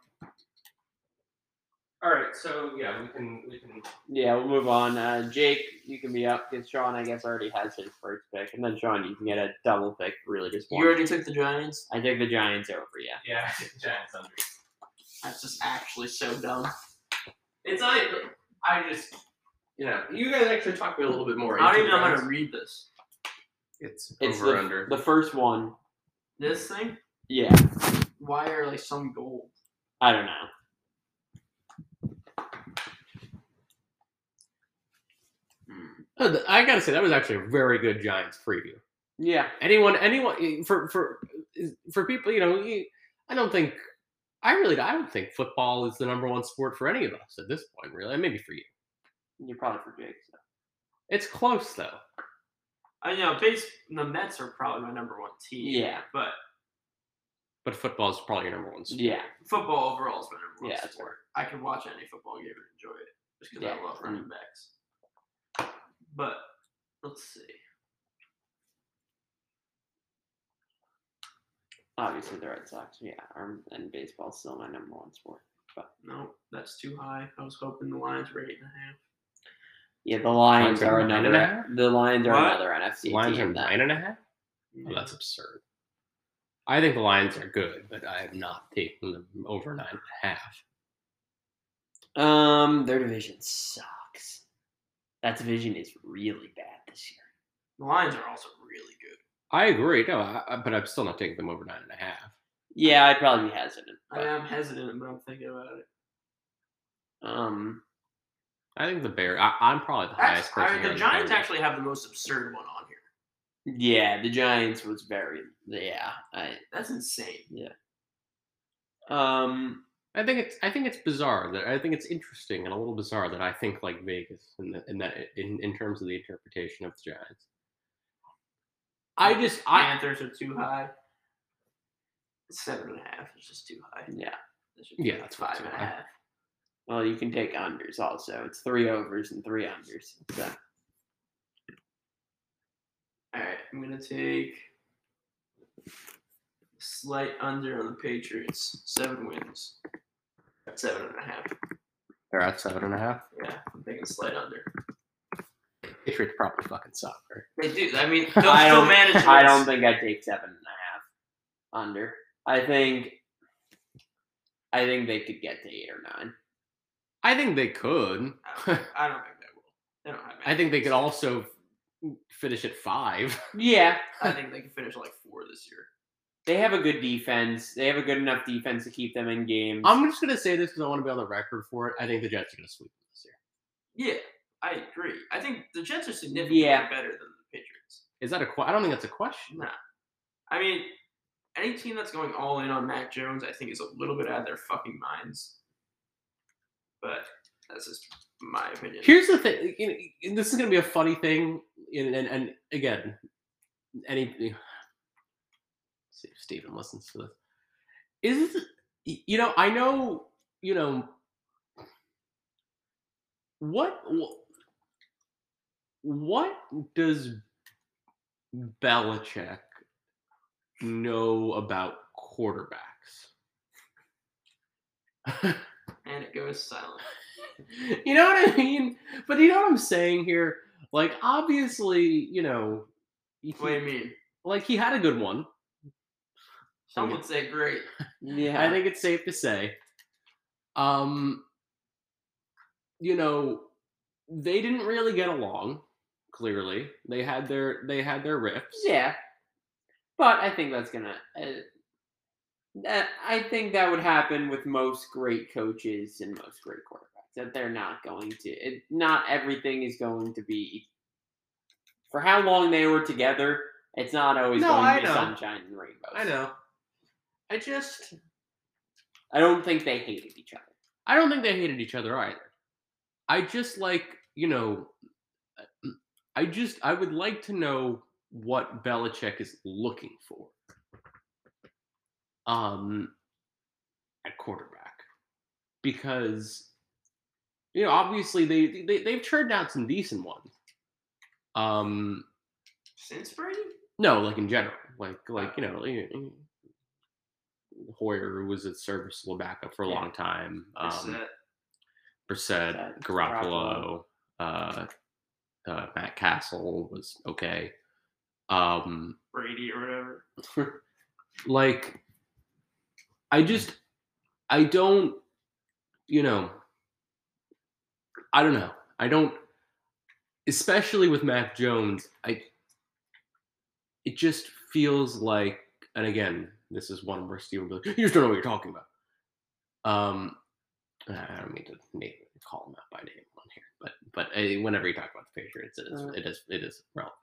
A: All right, right, so yeah, we can we can
C: Yeah, we'll move on. Uh, Jake, you can be up because Sean, I guess, already has his first pick, and then Sean, you can get a double pick. Really, just one.
D: You already took the Giants.
C: I think the Giants over. Yeah.
A: yeah, Giants under.
D: That's just actually so dumb.
A: It's not. even- I just you know you guys actually talked me a little bit more.
D: I don't even know how
A: Giants.
D: to read this.
A: It's,
C: It's
A: over
C: the,
A: under.
C: the first one.
D: This thing.
C: Yeah,
D: Why are like some gold?
C: I don't know.
A: Oh, th- I gotta say that was actually a very good Giants preview.
C: Yeah,
A: Anyone, anyone for for for people, you know, you- I don't think I really I don't think football is the number one sport for any of us at this point. Really, maybe for you,
C: you're probably for Jake. So.
A: it's close though.
D: I know base the Mets are probably my number one team.
C: Yeah,
D: But
A: But football is probably your number one sport.
C: yeah,
D: football overall is my number one
C: Yeah, that's
D: sport. I could watch any football game and enjoy it just because
C: Yeah.
D: I love running backs. But let's see.
C: obviously the Red Sox. Yeah, um, and baseball's still my number one sport.
D: No, that's too high. I was hoping the Lions were eight and a half.
C: Yeah, the Lions
A: Lions are
C: are
A: nine and
C: another. e,
A: a half?
C: The Lions are
D: What?
C: another NFC
A: Lions are
C: team. that-
A: nine and a half. Oh, that's absurd. I think the Lions are good, but I am not taking them over nine and a half.
C: Um, their division sucks. That division is really bad this year.
D: The Lions are also really good.
A: I agree, no, I, I- but I'm still not taking them over nine and a half.
C: Yeah, I'd probably be hesitant.
D: I
C: But,
D: am hesitant, but I'm thinking about it.
C: um,
A: I think the Bears. I, I'm probably the highest
D: Actually,
A: person.
D: I-
A: here
D: the
A: on
D: Giants
A: Bears.
D: actually have the most absurd one on here.
C: yeah, the Giants was very yeah. I
D: That's insane.
C: um
A: I think it's I think it's bizarre that I think it's interesting and a little bizarre that I think like Vegas in the, in that in, in terms of the interpretation of the Giants. I just I
D: Panthers are too high. Seven and a half is just too high.
C: yeah.
D: That should be
A: Yeah,
D: like
A: that's
D: five
A: too
D: and a
A: high.
D: half.
C: Well, you can take unders also. It's three overs and three unders. So
D: All right, I'm gonna take slight under on the Patriots. Seven wins. At seven and a half.
A: they're at seven and a half.
D: Yeah, I'm thinking slight under.
A: Patriots probably fucking suck. Right?
D: They do. I mean, they'll
C: I
D: still
C: don't.
D: manage. to
C: I
D: win.
C: don't think I'd take seven and a half under. I think. I think they could get to eight or nine.
A: I think they could.
D: I don't, I don't think they will. They don't have.
A: I think they could
D: all.
A: also finish at five.
C: Yeah,
D: I think they can finish like four this year.
C: they have a good defense. They have a good enough defense to keep them in games.
A: I'm just gonna say this because I want to be on the record for it. I think the Jets are gonna sweep this year.
D: Yeah, I agree. I think the Jets are significantly
C: Yeah.
D: better than the Patriots.
A: Is that a? que- I don't think that's a question.
D: I mean, any team that's going all in on Mac Jones, I think, is a little bit out of their fucking minds. But that's just my opinion.
A: Here's the thing. You know, and this is going to be a funny thing, and, and, and again, any see if Steven listens to this. Is this, you know I know you know what what does Belichick know about quarterbacks?
D: and it goes silent.
A: you know what I mean? But you know what I'm saying here? Like, obviously, you know, he-
D: What do you mean?
A: like he had a good one.
D: Some would say great.
C: yeah,
A: I think it's safe to say. Um, you know, they didn't really get along. Clearly, they had their they had their riffs.
C: Yeah, but I think that's gonna. Uh, that I think that would happen with most great coaches and most great quarterbacks. That they're not going to. It, not everything is going to be. For how long they were together, it's not always
A: No,
C: going
A: I
C: to be
A: know.
C: sunshine and rainbows.
A: I know. I just
C: I don't think they hated each other.
A: I don't think they hated each other either. I just like, you know, uh, mm, I just I would like to know what Belichick is looking for. Um at quarterback. Because you know, obviously they, they they've turned out some decent ones. Um
D: Since Brady?
A: no, like in general, like like you know, like, Hoyer was a serviceable backup for a
D: Yeah.
A: long time.
D: Is
A: Um,
D: that
A: Brissett,
C: Brissett,
A: Garoppolo, uh, uh, Matt Castle was okay. Um,
D: Brady or whatever.
A: like, I just, I don't, you know, I don't know. I don't, especially with Mac Jones, I, it just feels like, and again, this is one where Steve will be like, you just don't know what you're talking about. Um, I don't mean to make, call him out by name on here, but but uh, whenever you talk about the Patriots, it is
C: Uh.
A: it is it is relevant.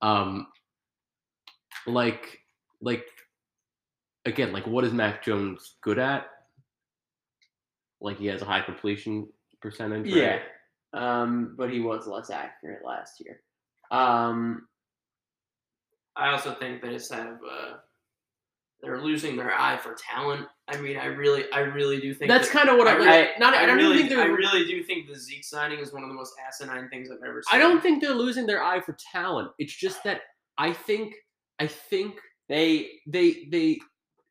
A: Um, like like again, like what is Mac Jones good at? Like he has a high completion percentage. right?
C: Yeah. Um, but he was less accurate last year. Um,
D: I also think they just have uh, they're losing their eye for talent. I mean, I really, I really do think
A: That's
D: that-
A: kind of what I,
D: I
A: was.
D: really-
A: not, I, don't
D: really,
A: even think
D: I
A: they're.
D: really do think the Zeke signing is one of the most asinine things I've ever seen.
A: I don't think they're losing their eye for talent. It's just that I think I think
C: they
A: they they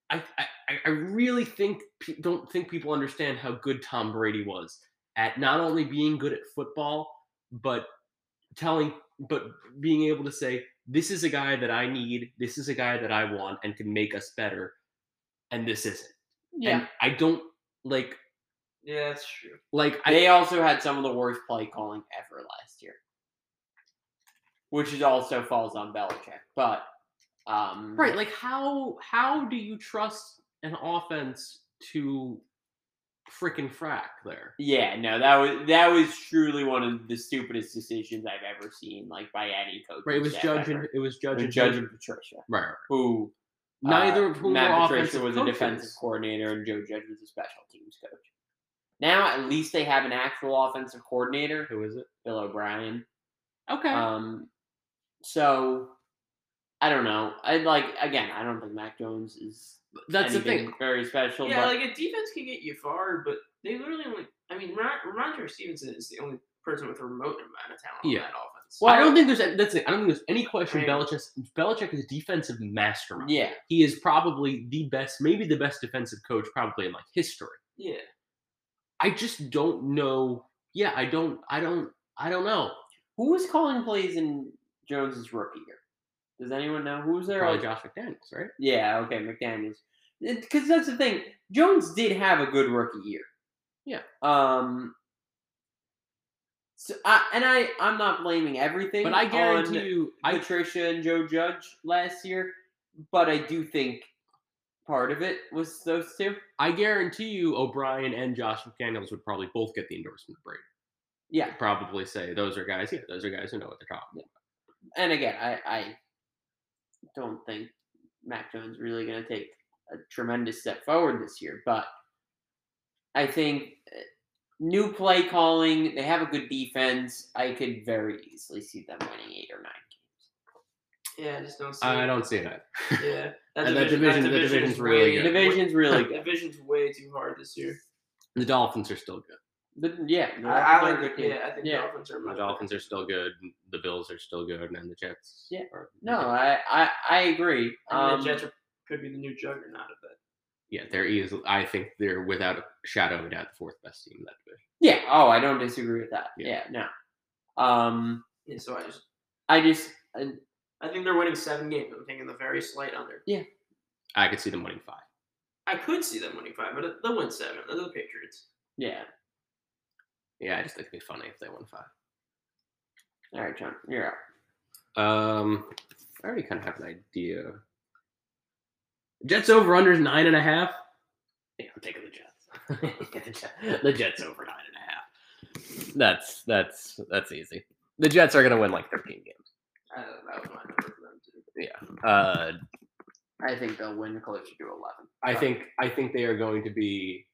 A: I I, I- I really think pe- don't think people understand how good Tom Brady was at not only being good at football but telling but being able to say this is a guy that I need, this is a guy that I want and can make us better and this isn't. And I don't like
D: Yeah, that's true.
A: like I
C: they also had some of the worst play calling ever last year, which is also falls on Belichick. But um,
A: Right, like how how do you trust an offense to freaking frack there?
C: Yeah, no, that was that was truly one of the stupidest decisions I've ever seen, like by any coach.
A: Right, it was Judge and it was Judge and
C: Judge and Patricia,
A: Right, right.
C: who uh,
A: Neither of whom
C: Matt
A: were
C: Patricia
A: offensive
C: was a
A: coaches.
C: defensive coordinator, and Joe Judge was a special teams coach. Now at least they have an actual offensive coordinator,
A: Who is it?
C: Bill O'Brien.
A: Okay.
C: Um, so I don't know. I like again. I don't think Mac Jones is
A: That's the
C: anything
A: thing.
C: very special.
D: Yeah,
C: but
D: like a defense can get you far, but they literally only. I mean, Ramondre Stevenson is the only person with a remote amount of talent
A: Yeah.
D: on that offense.
A: Well, I don't think there's a- that's it. I don't think there's any question.
D: Right.
A: Belichick Belichick is a defensive mastermind.
C: yeah,
A: He is probably the best, maybe the best defensive coach probably in like history.
D: Yeah,
A: I just don't know. Yeah, I don't. I don't. I don't know.
C: who was calling plays in Jones's rookie year? Does anyone know who was there?
A: Probably
C: like-
A: Josh McDaniels, right?
C: Yeah, okay, McDaniels. Because that's the thing. Jones did have a good rookie year.
A: Yeah.
C: Um. So I, and I I'm not blaming everything.
A: But I guarantee
C: on
A: you, I
C: Patricia and Joe Judge last year, but I do think part of it was those two.
A: I guarantee you, O'Brien and Josh McDaniels would probably both get the endorsement break.
C: Yeah,
A: Probably say those are guys. Yeah, those are guys who know what they're talking. about.
C: and again, I I don't think Mac Jones really going to take a tremendous step forward this year, but I think uh, new play calling, they have a good defense. I could very easily see them winning eight or nine.
D: yeah, I just don't see.
A: I
D: it.
A: don't see that.
D: Yeah,
A: And that division- that division's really
D: way-
A: good.
C: The division's really
D: The
C: good.
D: division's way too hard this year.
A: The Dolphins are still good.
C: The- yeah, the
D: I, I
C: Dolphins are
D: like
C: a
D: it.
C: good team.
D: Yeah, I think
C: Yeah.
D: Dolphins are
A: The
D: much
A: Dolphins are still good. The Bills are still good, and the Jets.
C: Yeah.
A: Are,
C: No, I, I I agree.
D: better. And
C: Um,
D: the Jets are, could be the new juggernaut of that.
A: Yeah, they're easily. I think they're without a shadow of a doubt the fourth best team in that division.
C: yeah. Oh, I don't disagree with that.
A: Yeah.
C: Yeah. No. Um,
D: Yeah, so I just,
C: I just I,
D: I think they're winning seven games. I'm taking the very slight under.
A: I could see them winning five.
D: I could see them winning five, but they'll win seven. They're the Patriots.
C: yeah.
A: Yeah, I just think it'd be funny if they won five.
C: All right, John, you're up.
A: Um, I already kind of have an idea. Jets over under is nine and a half. Yeah, I'm taking the Jets. the Jets over nine and a half. That's that's that's easy. The Jets are gonna win like 13 games.
D: Uh, that was my number for them too.
A: Uh,
C: I think they'll win closer to eleven.
A: I think I think they are going to be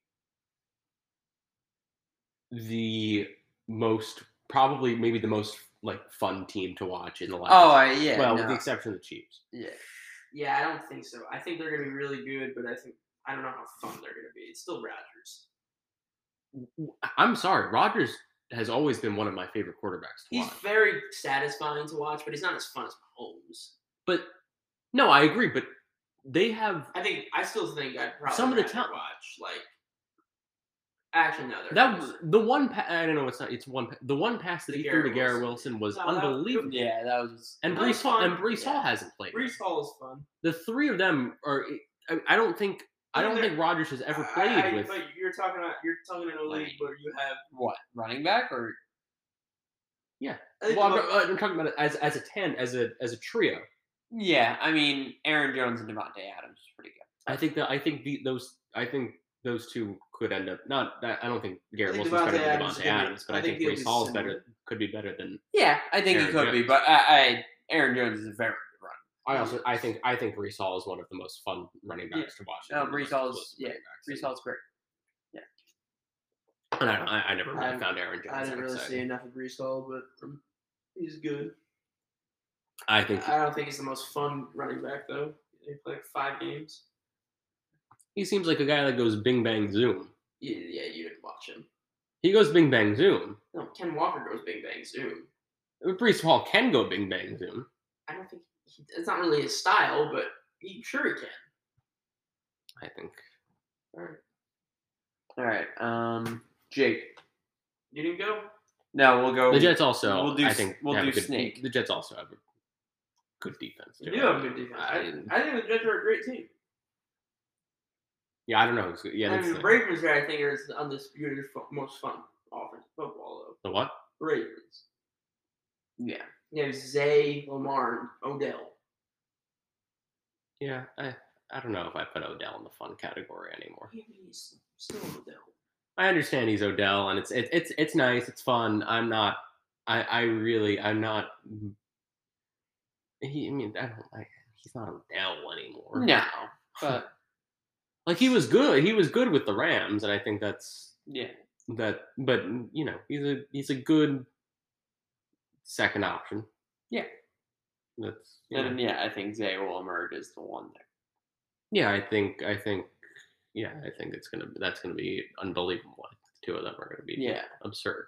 A: the most probably maybe the most like fun team to watch in the last.
C: Oh I, yeah.
A: well, with
C: no,
A: the exception of the Chiefs.
C: yeah.
D: Yeah, I don't think so. I think they're going to be really good, but I think I don't know how fun they're going to be. It's still Rodgers.
A: I'm sorry, Rodgers has always been one of my favorite quarterbacks to
D: He's
A: watch.
D: very satisfying to watch, but he's not as fun as Mahomes.
A: But no, I agree. But they have
D: I think I still think I'd probably
A: Some of the
D: rather
A: talent-
D: watch like Actually, no. they're
A: That
D: close.
A: was the one. Pa- I don't know. It's not. It's one. pa- The one pass that
D: To
A: he threw to
D: Garrett
A: Garrett
D: Wilson.
A: Wilson was
D: No, that-
A: unbelievable.
C: Yeah, that was.
A: And
D: that was
A: Brees Hall,
D: fun.
A: and Brees Hall hasn't played.
D: Brees Hall is fun.
A: The three of them are. I, I don't think. I
D: I mean,
A: don't think Rodgers has ever
D: I-
A: played
D: I- I-
A: with.
D: But you're talking about you're talking in a league
A: Like-
D: where you have.
C: What running back or
D: I think
A: Well, I'm,
D: the most-
A: uh, I'm talking about it as as a ten, as a as a trio.
C: Yeah, I mean Aaron Jones and Devontae Adams is pretty good.
A: I think that I think the, those I think those two could end up not. I I don't think Garrett
D: I think
A: Wilson's better
D: Devontae
A: than Devontae
D: Adams could be-
A: Adams, but I,
D: I
A: think
D: think he'll
A: Brees
D: be
A: Hall is
D: similar.
A: better. Could be better than.
C: Yeah, I think
A: Aaron
C: he could be,
A: Jones.
C: but I, I Aaron Jones is a very good runner.
A: I also I think I think Brees Hall is one of the most fun running
D: Yeah.
A: backs to watch.
C: No,
A: and one of
C: Brees
A: the most
C: Hall's-
A: close
C: yeah,
A: running backs.
C: Brees Hall's great.
A: And I, don't- I, I never really
D: I-
A: found Aaron Jones.
D: I didn't
A: that
D: really see
A: exciting.
D: enough of Brees Hall, but um, he's good.
A: I think
D: I don't think he's the most fun running back though. He played like five games.
A: he seems like a guy that goes Bing Bang Zoom.
D: Yeah, yeah, you didn't watch him.
A: He goes Bing Bang Zoom.
D: No, Ken Walker goes Big Bang Zoom.
A: Brees Hall can go Bing Bang Zoom.
D: I don't think he, it's not really his style, but he sure he can.
A: I think.
C: All right, um, Jake.
D: You didn't go.
C: No, we'll go.
A: The Jets also.
C: we'll do
A: I
C: s-
A: think
C: we'll
A: have
C: do
A: a good,
C: snake.
A: The Jets also have a good defense.
D: You
A: too.
D: do have a good defense. I,
A: I-
D: I think the Jets are a great team.
A: Yeah, I don't know. who's good. Yeah,
D: I
A: that's
D: mean,
A: the,
D: the Ravens are I think is the undisputed fu- most fun offense football though.
A: the what?
D: Ravens.
C: Yeah.
D: You have Zay, Lamar, and Odell.
A: Yeah, I I don't know if I put Odell in the fun category anymore.
D: He's still Odell.
A: I understand he's Odell, and it's it, it's it's nice. It's fun. I'm not. I I really I'm not. He, I mean, I don't. I, he's not Odell anymore.
C: No, but
A: Like he was good. He was good with the Rams, and I think that's
C: yeah,
A: that. But mm, you know, he's a he's a good second option.
C: Yeah.
A: That's you know.
C: and yeah, I think Zay will emerge as the one there.
A: yeah. I think I think yeah. I think it's gonna that's gonna be unbelievable. what The two of them are gonna be
C: Yeah,
A: absurd.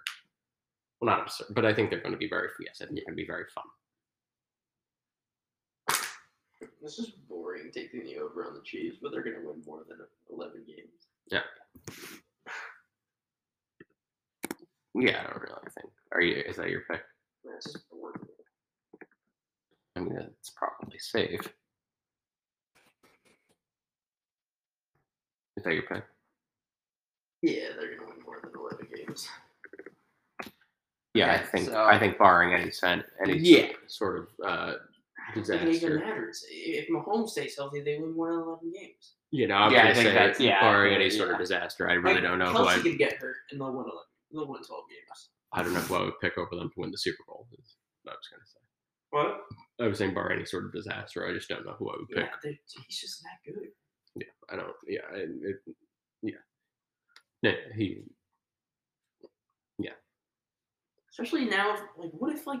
A: Well, not absurd, but I think they're going to be very yes. I think they're going to be very fun.
D: This is boring taking the over on the Chiefs, but they're going to win more than 11 games.
A: Yeah, I don't really think. Are you? Is that your pick?
D: That's just boring.
A: I mean, it's probably safe. Is that your pick?
D: Yeah, they're going to win more than 11 games.
A: Yeah, I
C: Yeah,
A: think
C: so-
A: I think barring any sen- any
C: Yeah.
A: sort of uh,
D: I don't think it even
A: Disaster.
D: matters. If Mahomes stays healthy, they win more than 11 games.
A: you know I was
C: Yeah, I
A: gonna
C: think
A: say
C: that's- yeah, I
A: barring
C: agree,
A: any sort
C: yeah.
A: of disaster. I really
D: Like,
A: don't know who
D: Kelsey
A: I,
D: could get hurt and they'll win 11. They'll win 12 games.
A: I don't know who I would pick over them to win the Super Bowl. Is what I was going to say.
D: What?
A: I was saying barring any sort of disaster, I just don't know who I would pick.
D: Yeah, they're- he's just that good.
A: I don't. Yeah. I- It, yeah. No, he.
D: Especially now, if, like, what if, like,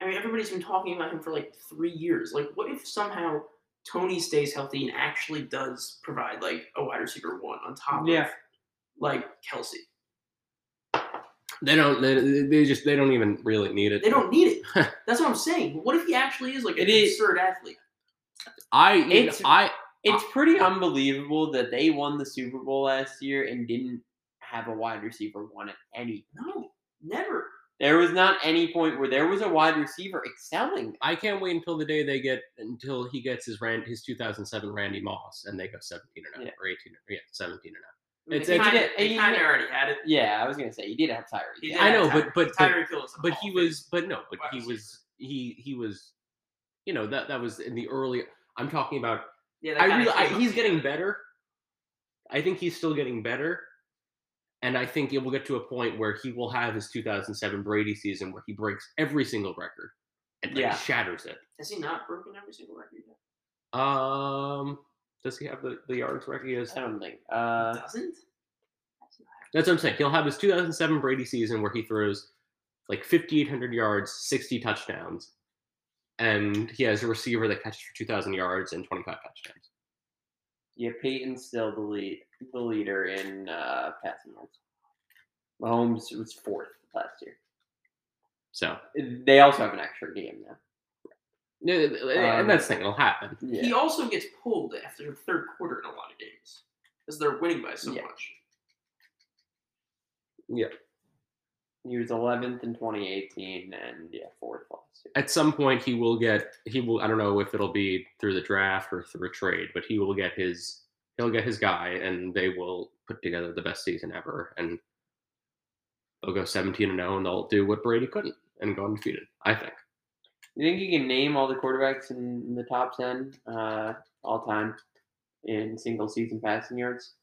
D: I mean, everybody's been talking about him for, like, three years. Like, what if somehow Tony stays healthy and actually does provide, like, a wide receiver one on top of,
C: Yeah.
D: like, Kelsey?
A: They don't. They, they just. They don't even really need it.
D: They don't need it. That's what I'm saying. What if he actually is, like, an
C: It is-
D: absurd athlete?
A: I. you know,
C: It's-
A: I.
C: it's pretty unbelievable that they won the Super Bowl last year and didn't have a wide receiver one at any.
D: No, never.
C: There was not any point where there was a wide receiver excelling.
A: I can't wait until the day they get until he gets his Rand his 2007 Randy Moss and they go 17 and 0
C: Yeah.
A: or 18 or yeah 17 and oh. 0.
D: I mean,
A: It's-
D: they
A: it's-
D: kinda-
C: it-
D: they kind of already had it.
C: Yeah, I was gonna say you did have Tyree.
D: He
A: I
D: did
A: know,
D: have
A: but-
D: Tyreek-
A: but-
D: Tyreek Hill is in the
A: But
D: Hall
A: he
D: of Fame.
A: was. But no. But he
D: Wow.
A: was. He he was. You know that that was in the early. I'm talking about
D: Yeah, that
A: I
D: kinda
A: really, I,
D: came up.
A: he's getting better. I think he's still getting better, and I think it will get to a point where he will have his 2007 Brady season where he breaks every single record and like,
C: Yeah.
A: shatters it.
D: Has he not broken every single record yet?
A: Um, does he have the, the yards record? He has-
C: I don't think. Uh,
D: Doesn't?
A: That's what I'm saying. He'll have his 2007 Brady season where he throws like 5,800 yards, 60 touchdowns, and he has a receiver that catches for 2,000 yards and 25 touchdowns.
C: yeah, Peyton's still the lead, the leader in uh, passing yards. Mahomes was fourth last year.
A: So,
C: They also have an extra game now.
A: yeah,
C: Um,
A: and that's the thing. It'll happen.
C: Yeah.
D: He also gets pulled after the third quarter in a lot of games because they're winning by so
C: Yeah.
D: much.
C: He was 11th in 2018 and yeah, fourth last year.
A: At some point, he will get. He will. I don't know if it'll be through the draft or through a trade, but he will get his. He'll get his guy, and they will put together the best season ever, and they'll go 17 and 0, and they'll do what Brady couldn't and go undefeated. I think.
C: You think you can name all the quarterbacks in, in the top 10 uh, all time in single season passing yards?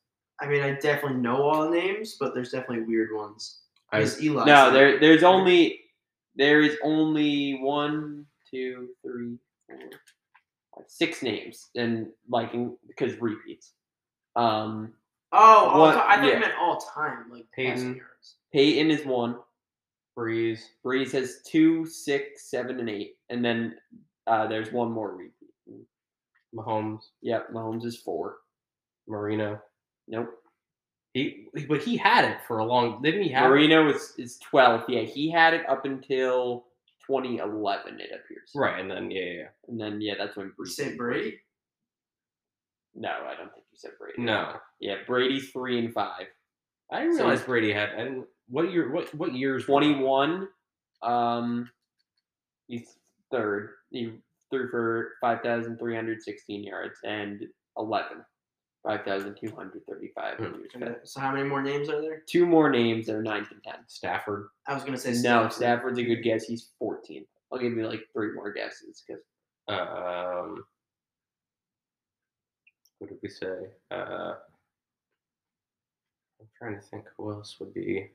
D: I mean, I definitely know all the names, but there's definitely weird ones.
A: I,
D: Because Eli.
C: No, there, there's only there is only one, two, three, four, five, six names, and like in, because repeats. Um,
D: Oh, all
C: What-
D: ti- I thought
C: yeah.
D: you meant all time, like
A: Peyton.
D: passing yards.
C: Peyton is one.
A: Breeze.
C: Breeze has two, six, seven, and eight, and then uh, there's one more repeat.
A: Mahomes,
C: Yep, Mahomes is four.
A: Marino.
C: Nope.
A: He, but he had it for a long. Didn't he have? it?
C: Marino is is twelfth. Yeah, he had it up until 2011. It appears.
A: Right, and then yeah, yeah, yeah.
C: And then yeah, that's when Breeze.
D: St. Brady.
C: No, I don't think you said Brady.
A: No,
C: Yeah, Brady's three and five.
A: I didn't
C: So-
A: realize Brady had. I didn't. What year? What what years? were-
C: 21. Um, he's third. He threw for 5,316 yards and 11, 5,235.
A: Hmm.
C: yards
D: Okay,
C: passed.
D: So how many more names are there?
C: Two more names that are ninth and tenth.
A: Stafford.
D: I was gonna say
C: No,
D: Stafford.
C: Stafford's a good guess. He's 14. I'll give you like three more guesses because
A: Um, what did we say? Uh, I'm trying to think who else would be.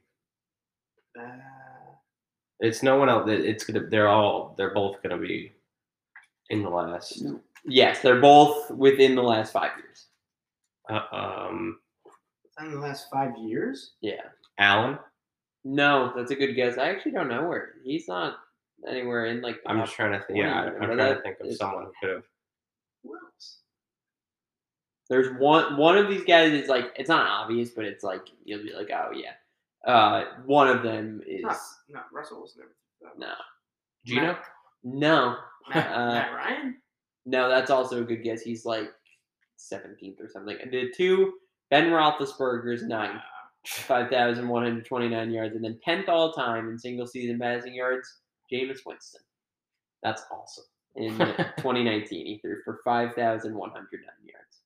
D: Uh,
A: It's no one else. it- It's gonna. They're all. They're both gonna be in the last.
C: yes, they're both within the last five years.
A: Uh, um,
D: in the last five years.
C: Yeah.
A: Allen.
C: No, that's a good guess. I actually don't know where he's not anywhere in like. the
A: I'm
C: top-
A: just trying to think. Yeah, I-
C: Twenty,
A: I'm
C: but
A: trying to
C: that
A: think of
C: is-
A: someone who could have.
D: Who else?
C: There's one one of these guys is like it's not obvious, but it's like you'll be like, oh yeah. Uh, one of them is
D: Not, not Russell was never. that.
C: No.
A: Gino.
C: no,
D: Matt,
C: Uh,
D: Matt Ryan.
C: no. That's also a good guess. He's like seventeenth or something. And the two Ben Roethlisberger's ninth, five thousand one hundred twenty nine yards, and then tenth all time in single season passing yards, Jameis Winston.
A: That's awesome.
C: In 2019, he threw for 5,109 yards.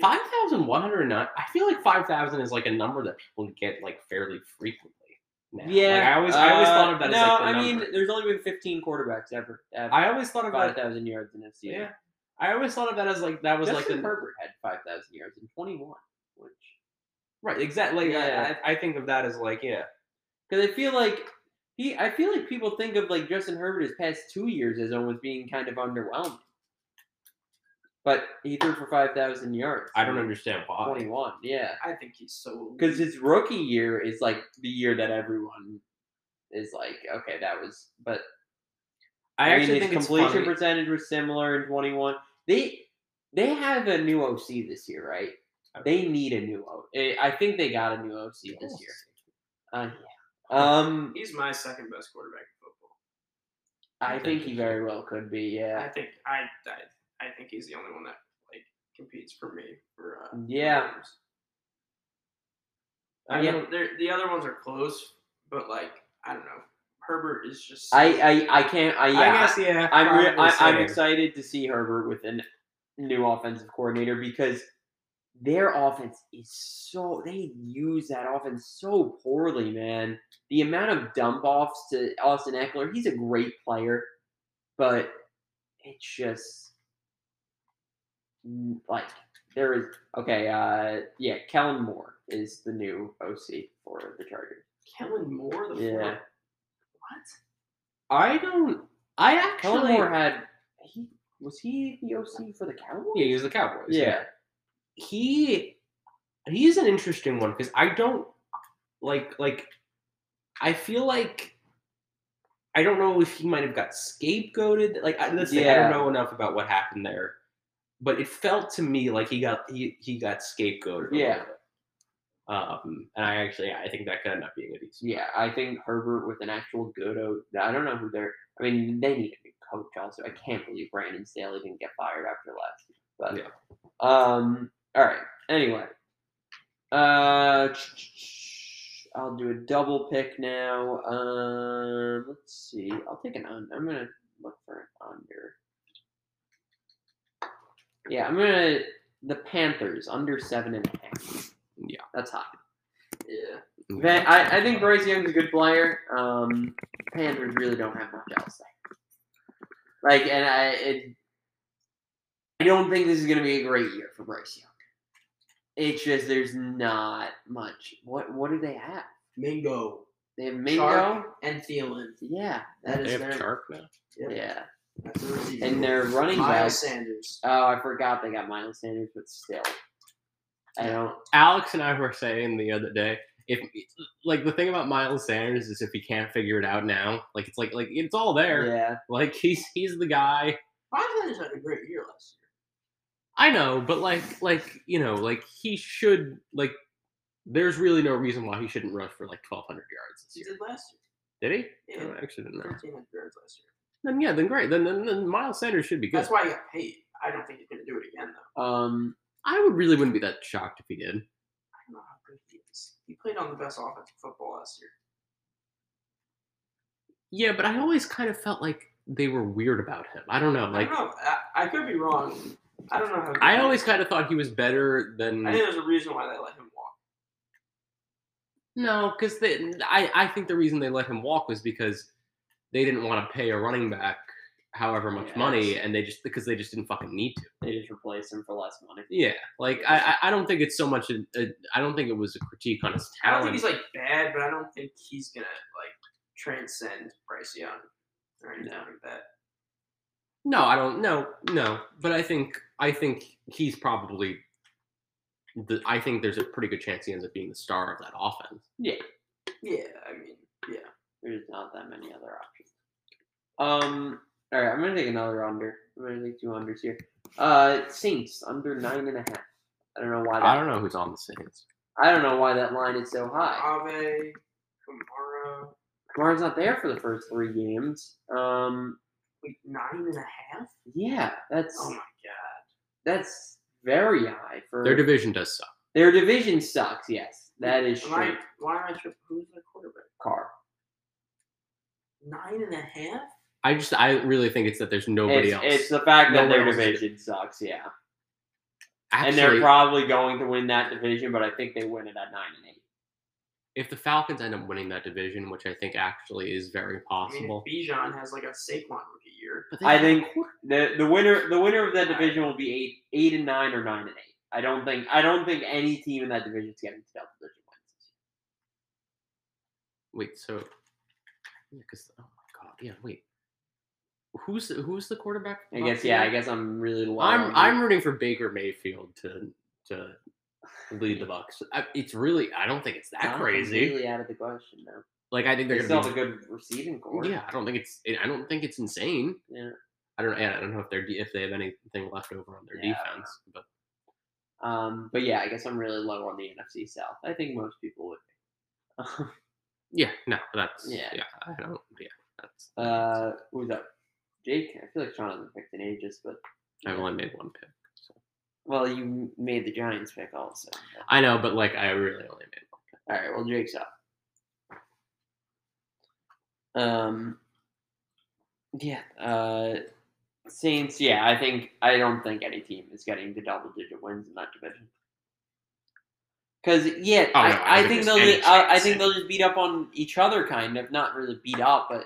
A: Five thousand one hundred nine. I feel like five thousand is like a number that people get like fairly frequently. Now. Like,
C: Yeah,
A: I always I always
C: uh,
A: thought of that
C: No,
A: as like the
C: I
A: number.
C: mean, there's only been 15 quarterbacks ever. to have
A: I always thought of that
C: five thousand yards in a season.
A: Yeah. I always thought of that as like that was
C: Justin
A: like the
C: Herbert had five thousand yards in twenty one, which
A: right exactly. Like, I-
C: Yeah.
A: I, I think of that as like yeah.
C: because I feel like he, I feel like people think of like Justin Herbert his past two years as almost being kind of underwhelming, but he threw for five thousand yards.
A: I don't understand
C: Twenty
A: why.
C: one, yeah,
D: I think he's so.
C: because his rookie year is like the year that everyone is like, okay, that was, but
A: I
C: mean,
A: actually
C: his
A: think it's
C: completion
A: funny.
C: percentage was similar in 21. They they have a new OC this year, right? They need a new OC. I think they got a new OC this year. Uh, yeah. Um,
D: he's my second best quarterback in football.
C: I think he very well could be.
D: I
C: Yeah,
D: think I, I I think he's the only one that like competes for me for. Uh,
C: Yeah.
D: Rams. I
C: Yeah.
D: mean, they're- the other ones are close, but like I don't know. Herbert is just.
C: I I, I can't. I, yeah,
A: I guess yeah.
C: I'm re-
A: probably
C: I, I'm
A: same.
C: excited to see Herbert with a new offensive coordinator because their offense is so they use that offense so poorly, man. The amount of dump offs to Austin Eckler, he's a great player, but it's just mm, like there is okay, uh yeah, Kellen Moore is the new OC for the Chargers.
D: Kellen Moore, the
C: Yeah.
D: fourth. What?
A: I don't. I
C: Kellen
A: actually.
C: Moore had he was he the OC for the Cowboys?
A: Yeah, he was the Cowboys.
C: Yeah.
A: he he's an interesting one because I don't like like I feel like I don't know if he might have got scapegoated. Like I, let's say I
C: Yeah.
A: don't know enough about what happened there, but it felt to me like he got he he got scapegoated. a little
C: Yeah.
A: bit. Um, and I actually I think that could end up being a decent.
C: Yeah, I think Herbert with an actual good. O- I don't know who they're. I mean, they need a new coach also. I can't believe Brandon Staley didn't get fired after last. Year, but
A: Yeah.
C: um, all right. Anyway, uh, I'll do a double pick now. Um, let's see. I'll take an under. I'm gonna look for an under. Yeah, I'm gonna the Panthers under seven and a half.
A: Yeah.
C: that's high.
D: Yeah.
C: Van, I, I think
A: Um,
C: Bryce Young's a good player. Um, Panthers really don't have much else. There. Like, and I, it, I don't think this is going to be a great year for Bryce Young. It's just there's not much. What what do they have?
D: Mingo.
C: They have Mingo.
D: Chark and Thielen.
C: Yeah, that
D: That
A: They
D: is
A: have
D: their
A: Chark now.
D: Yep.
C: yeah.
D: That's a receiver.
C: And their running back.
D: Miles Sanders.
C: Oh, I forgot they got Miles Sanders, but still, I don't.
A: Alex and I were saying the other day, if like the thing about Miles Sanders is if he can't figure it out now, like it's like like it's all there.
C: Yeah,
A: Like he's he's the guy.
D: Miles Sanders had a great year last
A: I know, but like, like you know, like he should like. There's really no reason why he shouldn't rush for like 1,200 yards this
D: year.
A: year.
D: He did last
A: Did he?
D: year.
A: Oh,
D: Yeah.
A: I actually didn't know.
D: 1,300 yards last year.
A: Then yeah, then great. Then then, then Miles Sanders should be good.
D: That's why he got paid. I don't think he's going to do it again, though.
C: um,
A: I would really wouldn't be that shocked if he did.
D: I don't know how good he is. He played on the best offense in football last year.
A: Yeah, but I always kind of felt like they were weird about him. I don't know. Like
D: I don't know. I, I could be wrong. I don't know how. good
A: I
D: he
A: always
D: is.
A: kind of thought he was better
D: I
A: than
D: think there's a reason why they let him walk.
A: no, because I I think the reason they let him walk was because they didn't want to pay a running back however much
C: Yeah,
A: money,
C: that's-
A: and they just because they just didn't fucking need to.
C: they just replaced him for less money.
A: Yeah, like I, I- I don't think it's so much. A, a, I don't think it was a critique on his
D: I don't
A: talent.
D: think he's like bad, but I don't think he's gonna like transcend Bryce Young or anything
C: No.
D: like that.
A: no, I don't. No, no. But I think I think he's probably. The, I think there's a pretty good chance he ends up being the star of that offense.
D: Yeah, I mean, yeah.
C: There's not that many other options. Um. All right, I'm gonna take another under. I'm gonna take two unders here. Uh, Saints under nine and a half. I don't know why
A: I
C: that.
A: don't know who's on the Saints.
C: I don't know why that line is so high.
D: Ave, Kamara,
C: Kamara's not there for the first three games. Um.
D: wait, nine and a half?
C: Yeah, that's
D: Oh my god.
C: that's very high for
A: Their division does suck.
C: their division sucks. Yes, that is
D: Am I,
C: true.
D: why am I tripping? Who's my quarterback?
C: Car.
D: Nine and a half?
A: I just I really think it's that there's nobody
C: it's,
A: else.
C: it's the fact that
A: Nobody
C: their
A: else is good.
C: division sucks. Yeah,
A: Actually,
C: and they're probably going to win that division, but I think they win it at nine and eight.
A: if the Falcons end up winning that division, which I think actually is very possible.
D: I mean, if Bijan has like a Saquon rookie year.
A: But
C: I
A: they-
C: think the the winner the winner of that division will be eight eight and nine or nine and eight. I don't think I don't think any team in that division is getting to double digit wins.
A: Wait, so yeah, because oh my god, yeah, wait. Who's the, who's the quarterback? for
C: I guess
A: Buffalo?
C: yeah. I guess I'm really low.
A: I'm
C: on
A: I'm
C: it.
A: rooting for Baker Mayfield to to lead the Bucks. I, it's really I don't think it's that
C: Not
A: crazy.
C: Completely out of the question though.
A: Like I think
C: They
A: they're
C: still
A: gonna
C: have a
A: be.
C: good receiving core.
A: Yeah, I don't think it's I don't think it's insane.
C: Yeah.
A: I don't yeah, I don't know if they're de- if they have anything left over on their
C: Yeah, I don't
A: defense, but
C: Um. But yeah, I guess I'm really low on the NFC South. I think most people would.
A: yeah, no, that's yeah,
C: Yeah.
A: I don't yeah, that's
C: be. uh. Who's up? Jake. I feel like Sean hasn't picked in ages, but
A: I've only made one pick.
C: well, you made the Giants pick also.
A: I know, but like I really only made one.
C: All right, well, Jake's up. Um, yeah, uh, Saints. Yeah, I think I don't think any team is getting to double digit wins in that division. Because yeah,
A: Oh,
C: I,
A: no, I don't
C: I
A: think
C: think
A: there's
C: they'll.
A: any
C: Just, I, I
A: chance
C: think
A: any-
C: they'll just beat up on each other, kind of. Not really beat up, but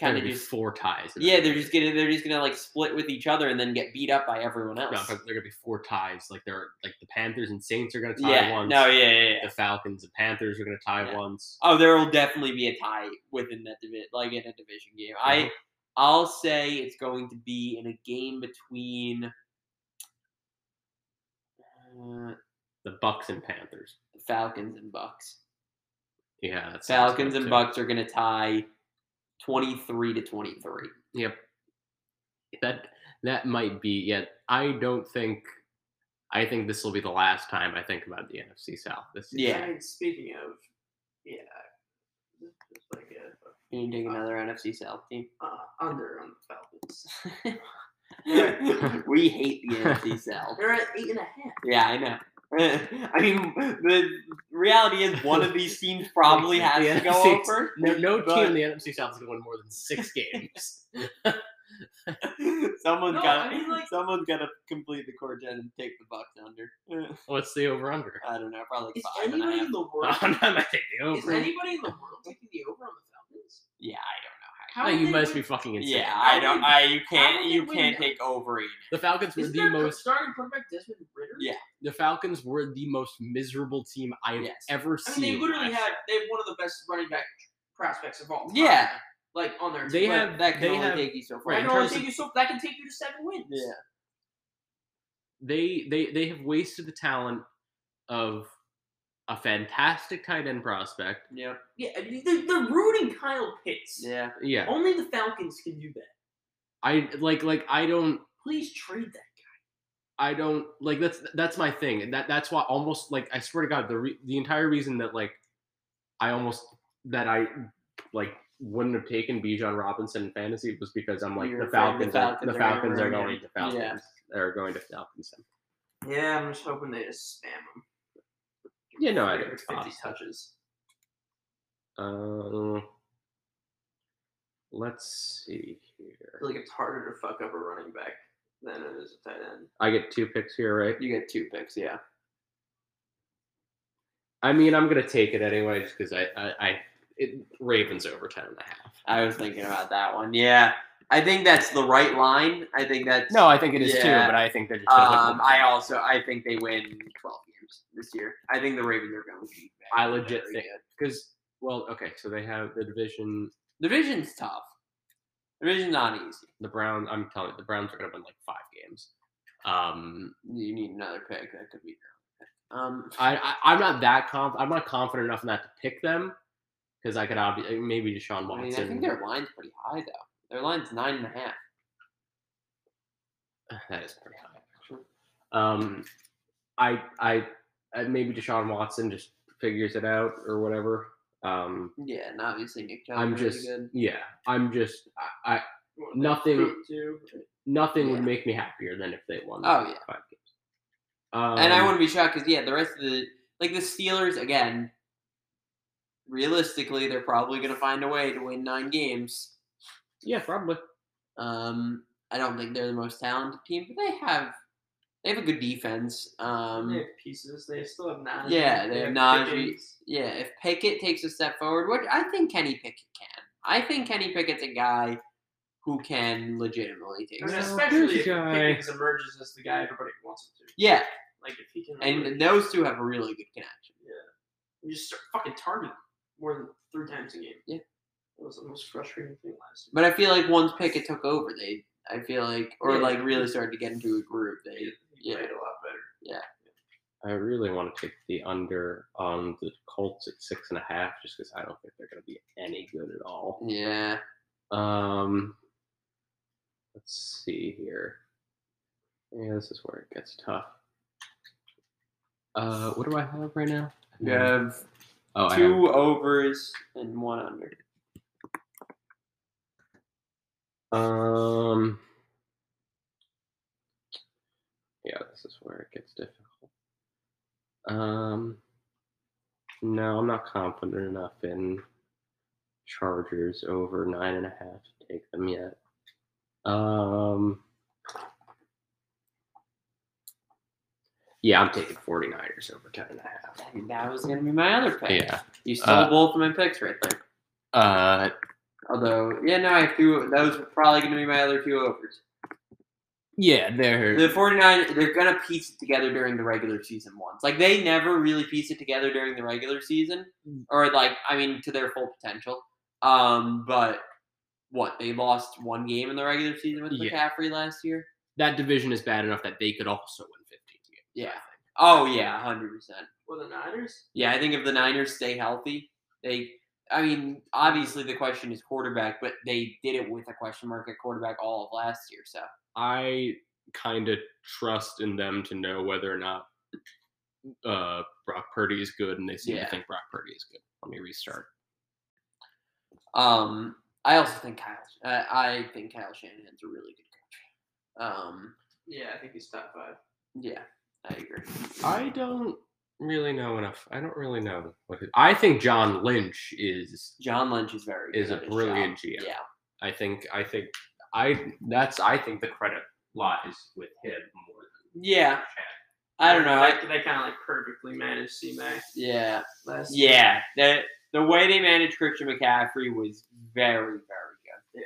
C: kind
A: There'd
C: of
A: be
C: just.
A: four ties. in that
C: Yeah, they're
A: division.
C: just gonna they're just gonna like split with each other and then get beat up by everyone
A: No,
C: else.
A: they're gonna be four ties. Like they're like the Panthers and Saints are gonna tie
C: yeah,
A: once.
C: no, yeah, yeah, yeah.
A: the Falcons and Panthers are gonna tie
C: Yeah.
A: once.
C: Oh, there will definitely be a tie within that division, like in a division game.
A: Uh-huh.
C: I, I'll say it's going to be in a game between uh,
A: The Bucks and Panthers.
C: Falcons and Bucks.
A: Yeah, that sounds
C: Falcons
A: good,
C: and
A: too.
C: Bucks are going to tie twenty-three to twenty-three.
A: Yep. That that might be. Yeah, I don't think. I think this will be the last time I think about the NFC South. This season.
C: Yeah.
D: And speaking of, yeah, it's like a,
C: Can you
A: Uh.
C: take another NFC South team?
D: uh, under on the Falcons.
C: we hate the NFC South.
D: They're at eight and a half.
C: Yeah, I know. I mean, the reality is one of these teams probably has
A: Yeah,
C: to go
A: six.
C: over.
A: No, no
C: But-
A: team in the NFC South is going to win more than six games.
C: Someone's
D: No,
C: got.
D: I mean, like-
C: someone's got to complete the core gen and take the Bucks under.
A: What's the over under?
C: I don't know, probably
D: Is
C: five and a
D: anybody
C: half.
D: in the world?
A: Oh, no, I might take the
D: Is
A: over.
D: anybody in the world taking the over on the Falcons?
C: Yeah,
D: How
A: No,
D: would
A: you
D: they
A: must be
D: win-
A: fucking
C: I don't know.
A: insane.
C: Yeah,
D: How
C: I don't.
D: would-
C: I you
D: would
C: can't.
D: they
C: You
D: win
C: can't
D: that?
C: take over. either.
A: The Falcons were
D: Isn't
A: the
D: their cur-
A: most.
D: starting quarterback Desmond Ritter?
C: Yeah.
A: The Falcons were the most miserable team I have
C: Yes.
A: ever
D: I mean,
A: seen.
D: they literally
A: last
D: had they have one of the best running back prospects of all time.
C: Yeah.
D: like on their
A: They
D: team.
A: have-
C: that can
A: they
C: only
A: have-
C: take you so far.
A: right,
D: That
A: in
D: can only
A: terms
D: take
A: of-
D: you so that can take you to seven wins.
C: Yeah.
A: they they they have wasted the talent of a fantastic tight end prospect.
C: Yeah.
D: yeah. I mean, they're, they're rooting Kyle Pitts.
C: Yeah.
A: Yeah,
D: Only the Falcons can do that.
A: I like like I don't
D: Please trade that.
A: I don't like that's that's my thing. And that that's why almost like I swear to God the re- the entire reason that like I almost that I like wouldn't have taken Bijan Robinson in fantasy was because I'm like
C: You're
A: the
C: afraid the
A: Falcons, are,
C: Falcons
A: the
C: are gonna
A: Falcons are
C: ruin
A: going
C: it.
A: to Falcons.
C: Yeah.
A: They're going to Falcons.
D: Yeah, I'm just hoping they just spam him.
A: Yeah, no, I think it's
D: 350
A: possible.
D: touches.
A: Um, let's see
D: I
A: here.
D: feel like it's harder to fuck up a running back than it is a tight end.
A: I get two picks here, right?
C: You get two picks. Yeah.
A: I mean, I'm gonna take it anyway, just because I, I, I it, Ravens over ten and a half.
C: I was thinking about that one. Yeah. I think that's the right line. I think that's
A: No, I think it is
C: Yeah.
A: too, but I think they're just. gonna win
C: Um,
A: the
C: I
A: game.
C: also I think they win twelve games this year. I think the Ravens are going to be.
A: I
C: bad.
A: legit
C: Very
A: think
C: good.
A: because well, okay, so they have the division.
C: division's tough. Division's not easy.
A: The Browns. I'm telling you, the Browns are gonna win like five games. Um,
C: You need another pick. That could be your own pick. Um,
A: I, I I'm not that conf- I'm not confident enough in that to pick them because I could obviously maybe Deshaun
C: I
A: Watson.
C: mean, I think their line's pretty high though. Their line's nine and a half.
A: That is pretty high, actually. Um, I, I, I maybe Deshaun Watson just figures it out or whatever. Um,
C: Yeah, and obviously Nick Chubb.
A: I'm
C: really
A: just,
C: good.
A: yeah, I'm just, I, I
D: Well,
A: Nothing-
D: fruit too.
A: nothing would
C: Yeah.
A: make me happier than if they won.
C: Oh, yeah.
A: five games. Um,
C: and I wouldn't be shocked because yeah, the rest of the like the Steelers again. Realistically, they're probably going to find a way to win nine games.
A: Yeah, probably.
C: Um, I don't think they're the most talented team, but they have they have a good defense.
D: they
C: Um,
D: have pieces. They still have Najee.
C: Yeah, they have Najee.
D: Pickens.
C: yeah, if Pickett takes a step forward, which I think Kenny Pickett can. I think Kenny Pickett's a guy who can legitimately take.
D: I
C: a
D: mean,
A: Well,
C: step-
D: especially
A: this
D: if
A: guy-
D: Pickens emerges as the guy everybody wants him to.
C: Yeah,
D: Like if he can,
C: and those two have a really good connection.
D: you just start fucking targeting more than three times a game.
C: Yeah.
D: that was the most frustrating thing last year.
C: But I feel like once Pickett took over, they I feel like or
D: Yeah.
C: like really started to get into a groove. They
D: he
C: yeah.
D: played a lot better.
A: I really want to take the under on the Colts at six and a half, just because I don't think they're going to be any good at all.
C: yeah.
A: Um, let's see here. Yeah, this is where it gets tough. Uh, what do I have right now?
C: You have
A: Oh, I have,
C: two overs and one under.
A: um. Yeah, this is where it gets difficult. Um. No, I'm not confident enough in Chargers over nine and a half to take them yet. Um. Yeah, I'm taking 49ers over 10 and a half.
C: And that was gonna be my other pick.
A: Yeah.
C: You stole
A: Uh,
C: both of my picks right there.
A: Uh,
C: Although yeah, no, I have two those were probably gonna be my other two overs.
A: yeah, they're
C: The 49 they're gonna piece it together during the regular season once. Like they never really piece it together during the regular season. Or like I mean to their full potential. Um but what, they lost one game in the regular season with
A: Yeah.
C: McCaffrey last year?
A: that division is bad enough that they could also win 15 games.
C: Yeah. Oh yeah, hundred percent.
D: Well, the Niners.
C: Yeah, I think if the Niners stay healthy, they. I mean, obviously the question is quarterback, but they did it with a question mark at quarterback all of last year. So
A: I kind of trust in them to know whether or not uh, Brock Purdy is good, and they seem
C: Yeah.
A: to think Brock Purdy is good. Let me restart.
C: Um, I also think Kyle. Uh, I think Kyle Shanahan's a really good coach. Um,
D: Yeah, I think he's top five.
C: yeah,
D: I agree.
A: I don't really know enough. I don't really know. What his, I think John Lynch is.
C: John Lynch is very
A: Is
C: good
A: a
C: at his
A: brilliant
C: job.
A: GM.
C: Yeah,
A: I think. I think. I. That's. I think the credit lies with him more
C: yeah. I don't know. I,
D: They, kind of like perfectly managed CMAC
C: yeah,
D: last.
C: yeah. The the way they managed Christian McCaffrey was very very good.
D: yeah.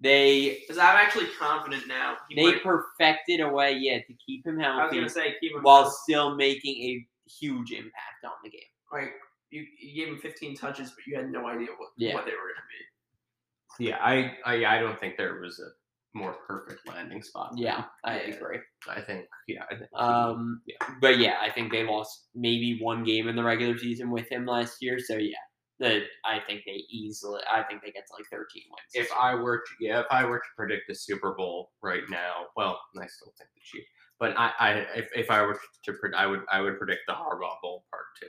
C: They
D: Because I'm actually confident now. He
C: they
D: went-
C: perfected a way, yeah, to keep him
D: I was
C: healthy
D: gonna say keep him
C: while still making a huge impact on the game.
D: like you, you gave him 15 touches, but you had no idea what
C: Yeah.
D: what they were gonna be.
A: than. Yeah. I. I. I don't think there was a more perfect landing spot. for
C: Yeah,
A: him.
C: I
A: Yeah.
C: agree.
A: I think. Yeah. I think he-
C: Um,
A: Yeah.
C: but yeah, I think they lost maybe one game in the regular season with him last year. So yeah, the I think they easily, I think they get to like thirteen wins.
A: if I were to yeah, if I were to predict a Super Bowl right now, well, I still think the Chiefs. But I, I if, if I were to pred I would I would predict the Harbaugh Bowl part two.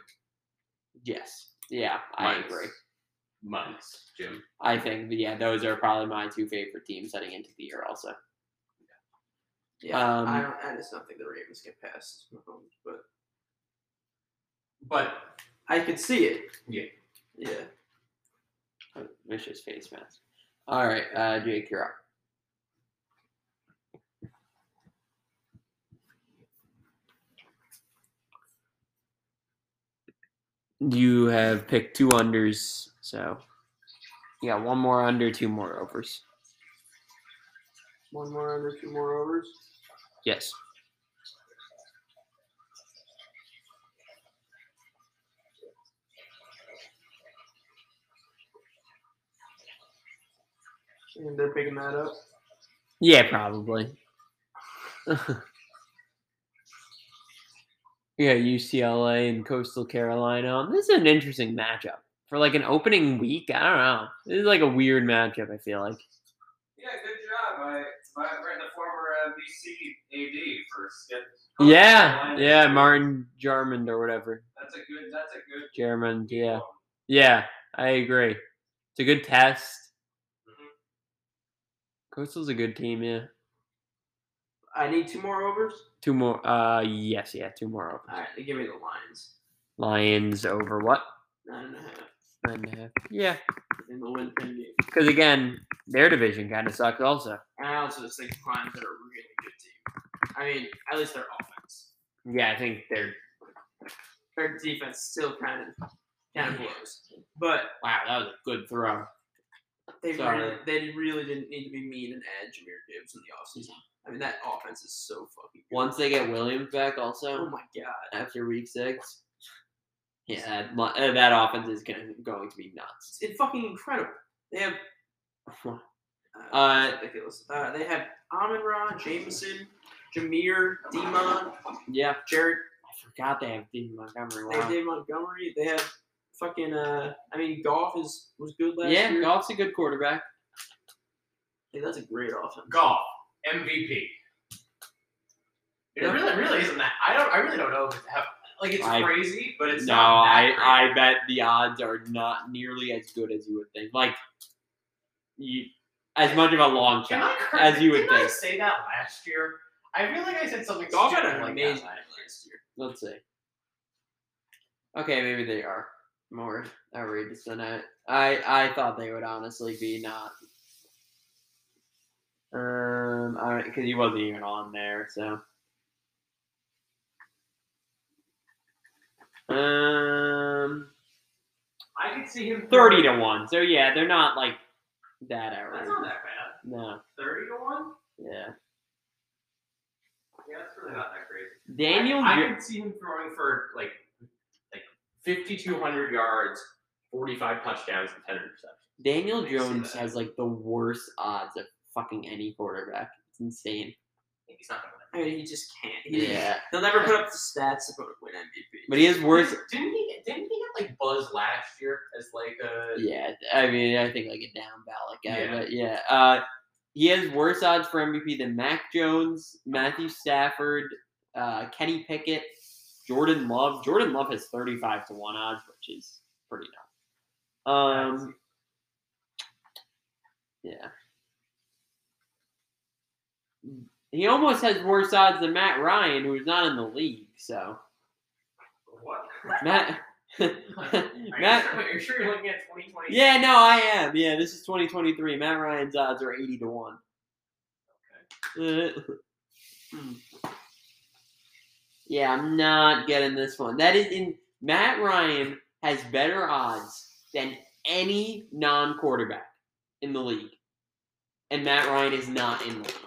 C: yes, yeah, I
A: Mine's-
C: agree.
A: Mine's Jim.
C: I think yeah, those are probably my two favorite teams heading into the year. Also,
D: Yeah,
C: Um,
D: I don't. I just don't think the Ravens get past Mahomes, but
A: But
D: I could see it.
A: Yeah.
D: Yeah.
C: Oh, vicious face mask. All right, uh, Jake, you're up. You have picked two unders, so yeah, one more under, two more overs.
D: One more under, two more overs.
C: Yes.
D: And they're picking that up.
C: Yeah, probably. yeah, UCLA and Coastal Carolina. Um, This is an interesting matchup for like an opening week. I don't know. This is like a weird matchup. I feel like.
A: yeah, good job. I my friend, the former uh, BC AD for Skip.
C: Yeah, yeah, Martin Jarmond or whatever.
A: That's a good. That's a good.
C: Jarmond, yeah, yeah. I agree. It's a good test.
A: Mhm.
C: Coastal's a good team. Yeah,
D: I need two more overs.
C: two more. Uh, yes, yeah, two more. Over.
D: All right, they give me the Lions.
C: Lions over what?
D: Nine and a half.
C: Nine and a half. Yeah,
D: And they'll win ten games.
C: Because again, their division kind of sucks. Also,
D: And I also just think the Lions are a really good team. I mean, at least their offense.
C: yeah, I think they're
D: Their defense still kind of kind of blows, but
C: wow. That was a good throw.
D: they
C: Sorry.
D: really, they really didn't need to be mean and add Jameer Gibbs in the offseason. I mean, that offense is so fucking. Good.
C: Once they get Williams back,
D: Oh
C: also
D: my god.
C: after week six, yeah, that, li- uh, that offense is gonna, going to be nuts.
D: It's it's fucking incredible. They have uh,
C: Uh,
D: it's ridiculous. Uh, they have Amon Ra, Jameson, Jameer, Demon,
C: yeah,
D: Jared,
C: I forgot they have Dean Montgomery.
D: they have
C: Wow.
D: Dave Montgomery. They have fucking. Uh, I mean, golf is was good last
C: Yeah,
D: year.
C: Goff's a good quarterback.
D: Hey, that's a great offense.
A: Golf MVP. It
D: Yeah.
A: really, really isn't that. I don't. I really don't know. If it's, hap- like it's
C: I-
A: crazy, but it's
C: no,
A: not. that
C: I
A: crazy.
C: I bet the odds are not nearly as good as you would think. Like, you as much of a long
A: Can
C: shot
A: I cur-
C: as you would
A: didn't I
C: think.
A: say that last year? I feel like I said something
D: Golf had
A: stupid
D: an
A: like that
D: amazing
A: last
D: year last year.
C: Let's see. Okay, maybe they are more outrageous than I. I I thought they would honestly be not. Um, all right, because he wasn't even on there, so. Um,
A: year. I could see him
C: thirty to one. So yeah, they're not like that
A: That's
C: outrageous.
A: not that bad.
C: No,
A: Thirty to one.
C: yeah.
A: Yeah, that's really not that crazy.
C: Daniel,
A: I, I
C: Jer-
A: could see him throwing for like like fifty two hundred yards, forty five touchdowns, and ten interceptions.
C: Daniel
A: I see
C: Jones
A: that.
C: has like the worst odds of fucking any quarterback. It's insane.
A: He's not gonna win.
D: I mean, he just can't. He,
C: Yeah.
D: He'll never put up the stats about win MVP.
C: But he is worse.
A: Didn't he? Didn't he get like buzz last year as like
D: uh,
A: a?
C: Yeah, I mean, I think like a down ballot guy,
A: Yeah.
C: but yeah, uh, he has worse odds for MVP than Mac Jones, Matthew Stafford, uh, Kenny Pickett, Jordan Love. Jordan Love has thirty-five to one odds, which is pretty nuts. Um, yeah. He almost has worse odds than Matt Ryan, who's not in the league. So
E: What?
C: Matt,
E: Are
C: Matt-
E: you sure, are you sure you're looking at 2020?
C: yeah, no, I am. Yeah, this is 2023. Matt Ryan's odds are 80 to one. Uh, Hmm. yeah, I'm not getting this one. That is in Matt Ryan has better odds than any non-quarterback in the league, and Matt Ryan is not in the league.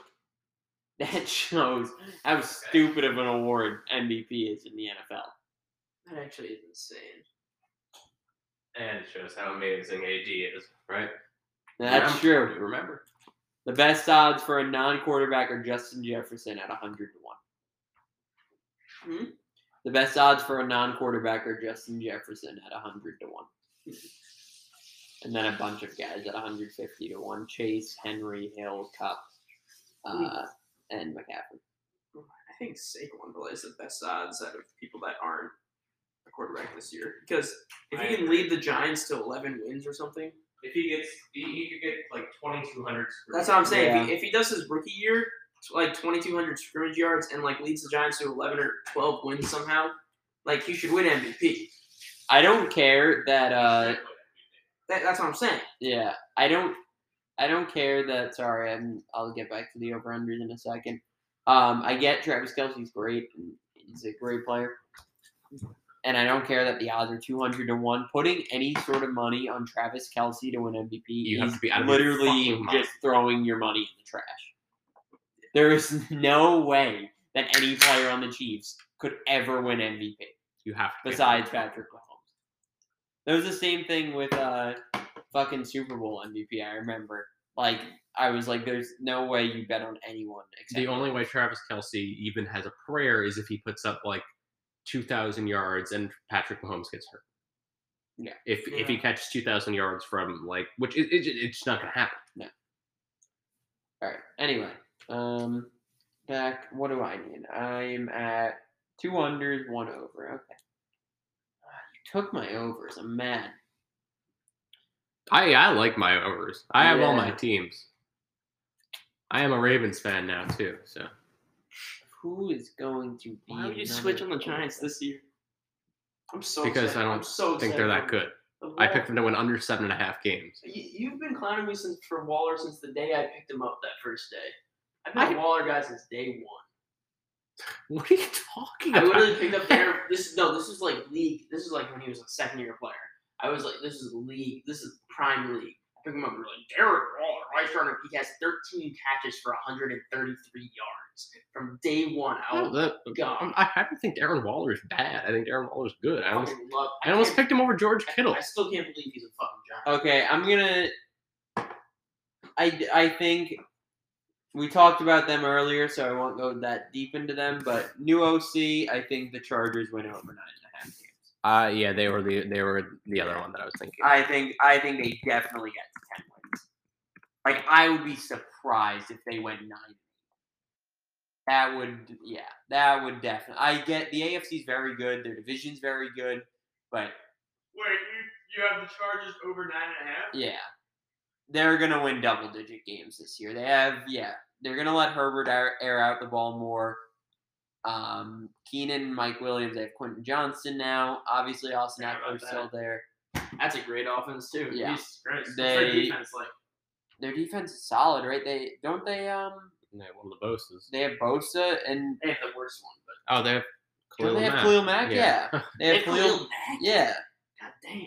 C: That shows how stupid of an award MVP is in the NFL.
D: That actually is insane.
A: And it shows how amazing AD is, right?
C: That's
A: Yeah.
C: true.
A: Remember.
C: The best odds for a non-quarterback are Justin Jefferson at 100 to 1.
D: Hmm?
C: The best odds for a non-quarterback are Justin Jefferson at 100 to 1. And then a bunch of guys at 150 to 1. Chase, Henry, Hill, Cup, uh, and McCaffrey.
D: I think Saquon Barkley is the best odds out of people that aren't a quarterback this year because if
E: I
D: he can
E: agree.
D: lead the Giants to 11 wins or something,
E: If he gets, he, he could get like 2,200.
D: that's what I'm saying. If, he,
C: Yeah.
D: if he does his rookie year, t- like 2,200 scrimmage yards and like leads the Giants to 11 or 12 wins somehow, like he should win MVP.
C: I don't care that uh,
D: That, that's what I'm saying.
C: Yeah, I don't, I don't care that. Sorry, I'm, I'll get back to the over unders in a second. Um, I get Travis Kelsey's great. And he's a great player, and I don't care that the odds are two hundred to one. Putting any sort of money on Travis Kelsey to win MVP
A: You
C: is
A: have to be out of your
C: literally
A: fucking mind.
C: just throwing your money in the trash. There is no way that any player on the Chiefs could ever win MVP
A: You have to.
C: besides Patrick Mahomes. That was the same thing with uh fucking Super Bowl MVP. I remember, like, I was like, "There's no way you bet on anyone." Except
A: The only way Travis Kelsey even has a prayer is if he puts up like 2,000 yards and Patrick Mahomes gets hurt.
C: Yeah.
A: If if he
D: Yeah.
A: catches 2,000 yards from like, which it, it, it's not gonna happen.
C: all right. Anyway, um, back. What do I need? I'm at two unders, one over. Okay. Ah, You took my overs. I'm mad.
A: I I like my overs. I have all my
C: Yeah.
A: teams. I am a Ravens fan now too. So
C: Who is going to be?
D: Why would you
C: number
D: switch on the
C: one?
D: Giants this year? I'm so
A: because I
D: upset. I'm
A: don't
D: so
A: think
D: upset
A: they're that
D: about
A: good.
D: the
A: I
D: Wall-
A: picked them to win under seven and a half games.
D: You, you've been clowning me since for Waller since the day I picked him up that first day. I've been
A: I-
D: a Waller guy since day one.
A: What are you talking
D: I
A: about?
D: literally picked up Aaron. This no, this is like league. This is like when he was a second year player. I was like, this is league. This is prime league. I picked him up. We were like, Derek Waller, right starter. He has 13 catches for 133 yards from day one. I
A: No,
D: was
A: that-
D: God.
A: I I don't think Aaron Waller is bad. I think Aaron Waller is good. I
D: I
A: almost,
D: fucking love.
A: I almost
D: can't-
A: picked him over George Kittle.
D: I, I still can't believe he's a fucking giant.
E: Oh,
C: Okay, I'm gonna. I I think we talked about them earlier, so I won't go that deep into them. But new OC, I think the Chargers win over nine and a half games.
A: Uh yeah, they were the they were the other one that I was thinking.
C: I think I think they definitely get to ten wins. Like I would be surprised if they went nine. That would yeah, that would definitely. I get the AFC's very good, their division's very good, but
E: Wait, you, you have the Chargers over nine and a half?
C: Yeah. They're going to win double digit games this year. They have, yeah, they're going to let Herbert air, air out the ball more. Um, Keenan, Mike Williams, they have Quentin Johnson now. Obviously, Austin
D: Forgot about
C: Eckler's still there.
D: That's a great offense too.
C: Yeah.
D: Jesus Christ. What's
C: They-
D: their defense like?
C: Their defense is solid, right? They don't they um
A: And they won the Boses.
C: they have Bosa and
D: They have the worst one, but
A: Oh, they have
C: don't
A: Khalil
C: they have
A: Mack.
C: Khalil Mack? Yeah. They have
D: They
C: Khalil,
D: Khalil Mack?
C: yeah.
D: God damn.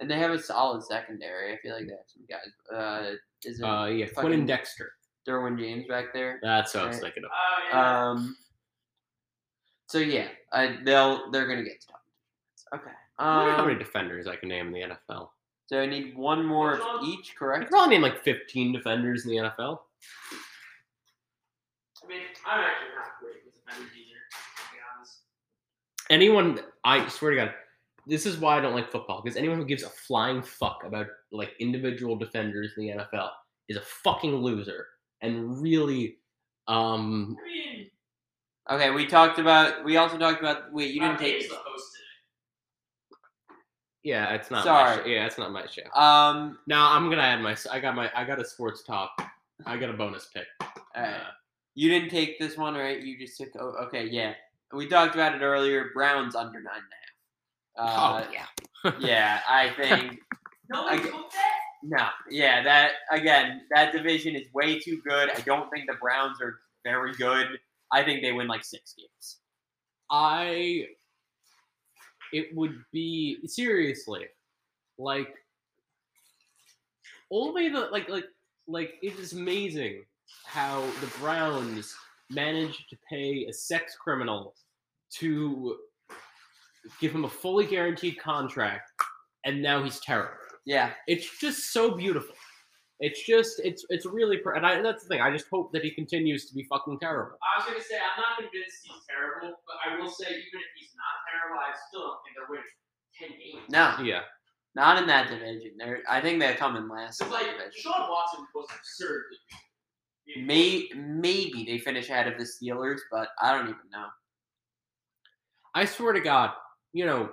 C: And they have a solid secondary. I feel like they have some guys. Uh, is it
A: Uh, yeah,
C: Fucking-
A: Quinn and Dexter.
C: Derwin James back there?
A: That's what I was
C: Right.
A: thinking of.
E: Uh, yeah.
C: Um. So yeah, I they'll they're gonna get stopped. Okay.
A: I wonder how
C: Um.
A: many defenders I can name in the NFL.
C: So I need one more of
E: John-
C: each,
A: I could
C: correct?
A: probably name like 15 defenders in the NFL.
D: I mean, I'm actually not great with defenders either. To be honest.
A: Anyone, I swear to God, this is why I don't like football because anyone who gives a flying fuck about like individual defenders in the NFL is a fucking loser and really, um,
E: I mean,
C: Okay. We talked about. We also talked about. Wait, you didn't
D: Matt
C: take.
D: Hayes Uh, the host today.
A: yeah, it's not. My
C: Sorry.
A: show. Yeah, it's not my show.
C: Um.
A: Now I'm gonna add my. I got my. I got a sports talk. I got a bonus pick.
C: All right.
A: Uh,
C: You didn't take this one, right? You just took. Oh, okay, yeah. We talked about it earlier. Browns under nine and a half. Uh,
A: oh yeah.
C: yeah, I think
E: No
C: I
E: one
C: get-
E: took that?
C: no. Yeah, that again, that division is way too good. I don't think the Browns are very good. I think they win like six games.
A: I. It would be seriously, like only the like like like it is amazing how the Browns managed to pay a sex criminal to give him a fully guaranteed contract, and now he's terrible.
C: Yeah,
A: it's just so beautiful. It's just it's it's really pr- and I, that's the thing. I just hope that he continues to be fucking terrible.
E: I was gonna say I'm not convinced he's terrible, but I will say even if he's not terrible, I still don't think they're winning ten games.
C: no,
A: Yeah,
C: not in that division. They're, I think they're coming last.
E: So
C: in the
E: like
C: division.
E: Sean Watson was absurdly good.
C: May maybe they finish ahead of the Steelers, but I don't even know.
A: I swear to God, you know,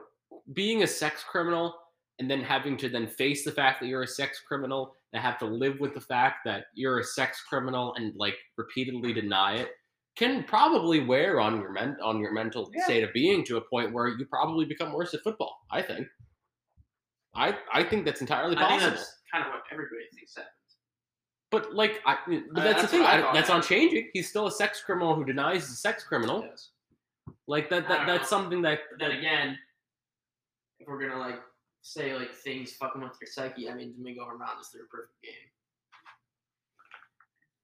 A: being a sex criminal and then having to then face the fact that you're a sex criminal and have to live with the fact that you're a sex criminal and like repeatedly deny it can probably wear on your men- on your mental
C: Yeah.
A: state of being to a point where you probably become worse at football. I think. I I think that's entirely
D: I
A: possible.
D: think that's kind of what everybody thinks happens.
A: But like, I, eh, but that's, the
D: Uh, that's
A: thing.
D: what I
A: I-
D: thought.
A: that's on changing. He's still a sex criminal who denies he's a sex criminal.
D: Yes.
A: Like that.
D: I
A: that
D: don't
A: that's something that.
D: But
A: that
D: then again, if we're gonna like say like things fucking with your psyche, I mean Domingo Hernandez threw a perfect game.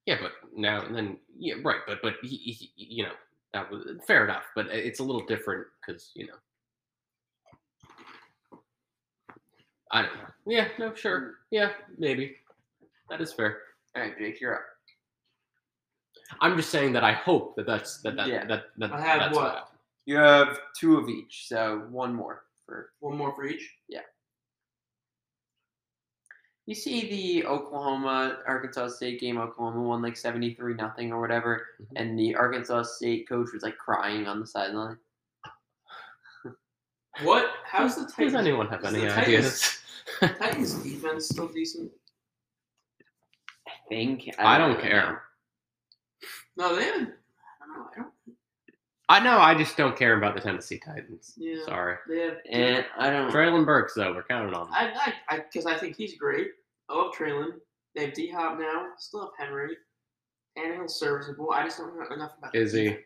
A: yeah, but now and then. Yeah, right. But but he, he, you know, that was fair enough. But it's a little different because you know. I don't know. Yeah. No. Sure. Yeah. Maybe. That is fair.
C: All right, Jake, you're up.
A: I'm just saying that I hope that that's that that
C: Yeah.
A: that, that
D: I have
A: that's
D: what?
A: happened.
C: You have two of each, so one more for.
D: One more for each.
C: You see the Oklahoma Arkansas State game. Oklahoma won like seventy three nothing or whatever,
A: Mhm.
C: and the Arkansas State coach was like crying on the sideline.
D: What? How's the
A: Does- Does
D: Titans?
A: anyone have
D: does
A: any
D: the
A: ideas?
D: Titans defense still decent?
C: I think
A: I don't
C: even
A: care.
C: know.
D: No, they haven't. I don't know. I don't.
A: I know. I just don't care about the Tennessee Titans.
D: Yeah.
A: Sorry.
D: They have.
C: And I don't.
A: Traylon Burks, though, we're counting on. him.
D: I I because I, think he's great. I love Traylon. They have D Hop now. Still have Henry. Tannehill's serviceable. I just don't know enough about.
A: Is he?
D: he?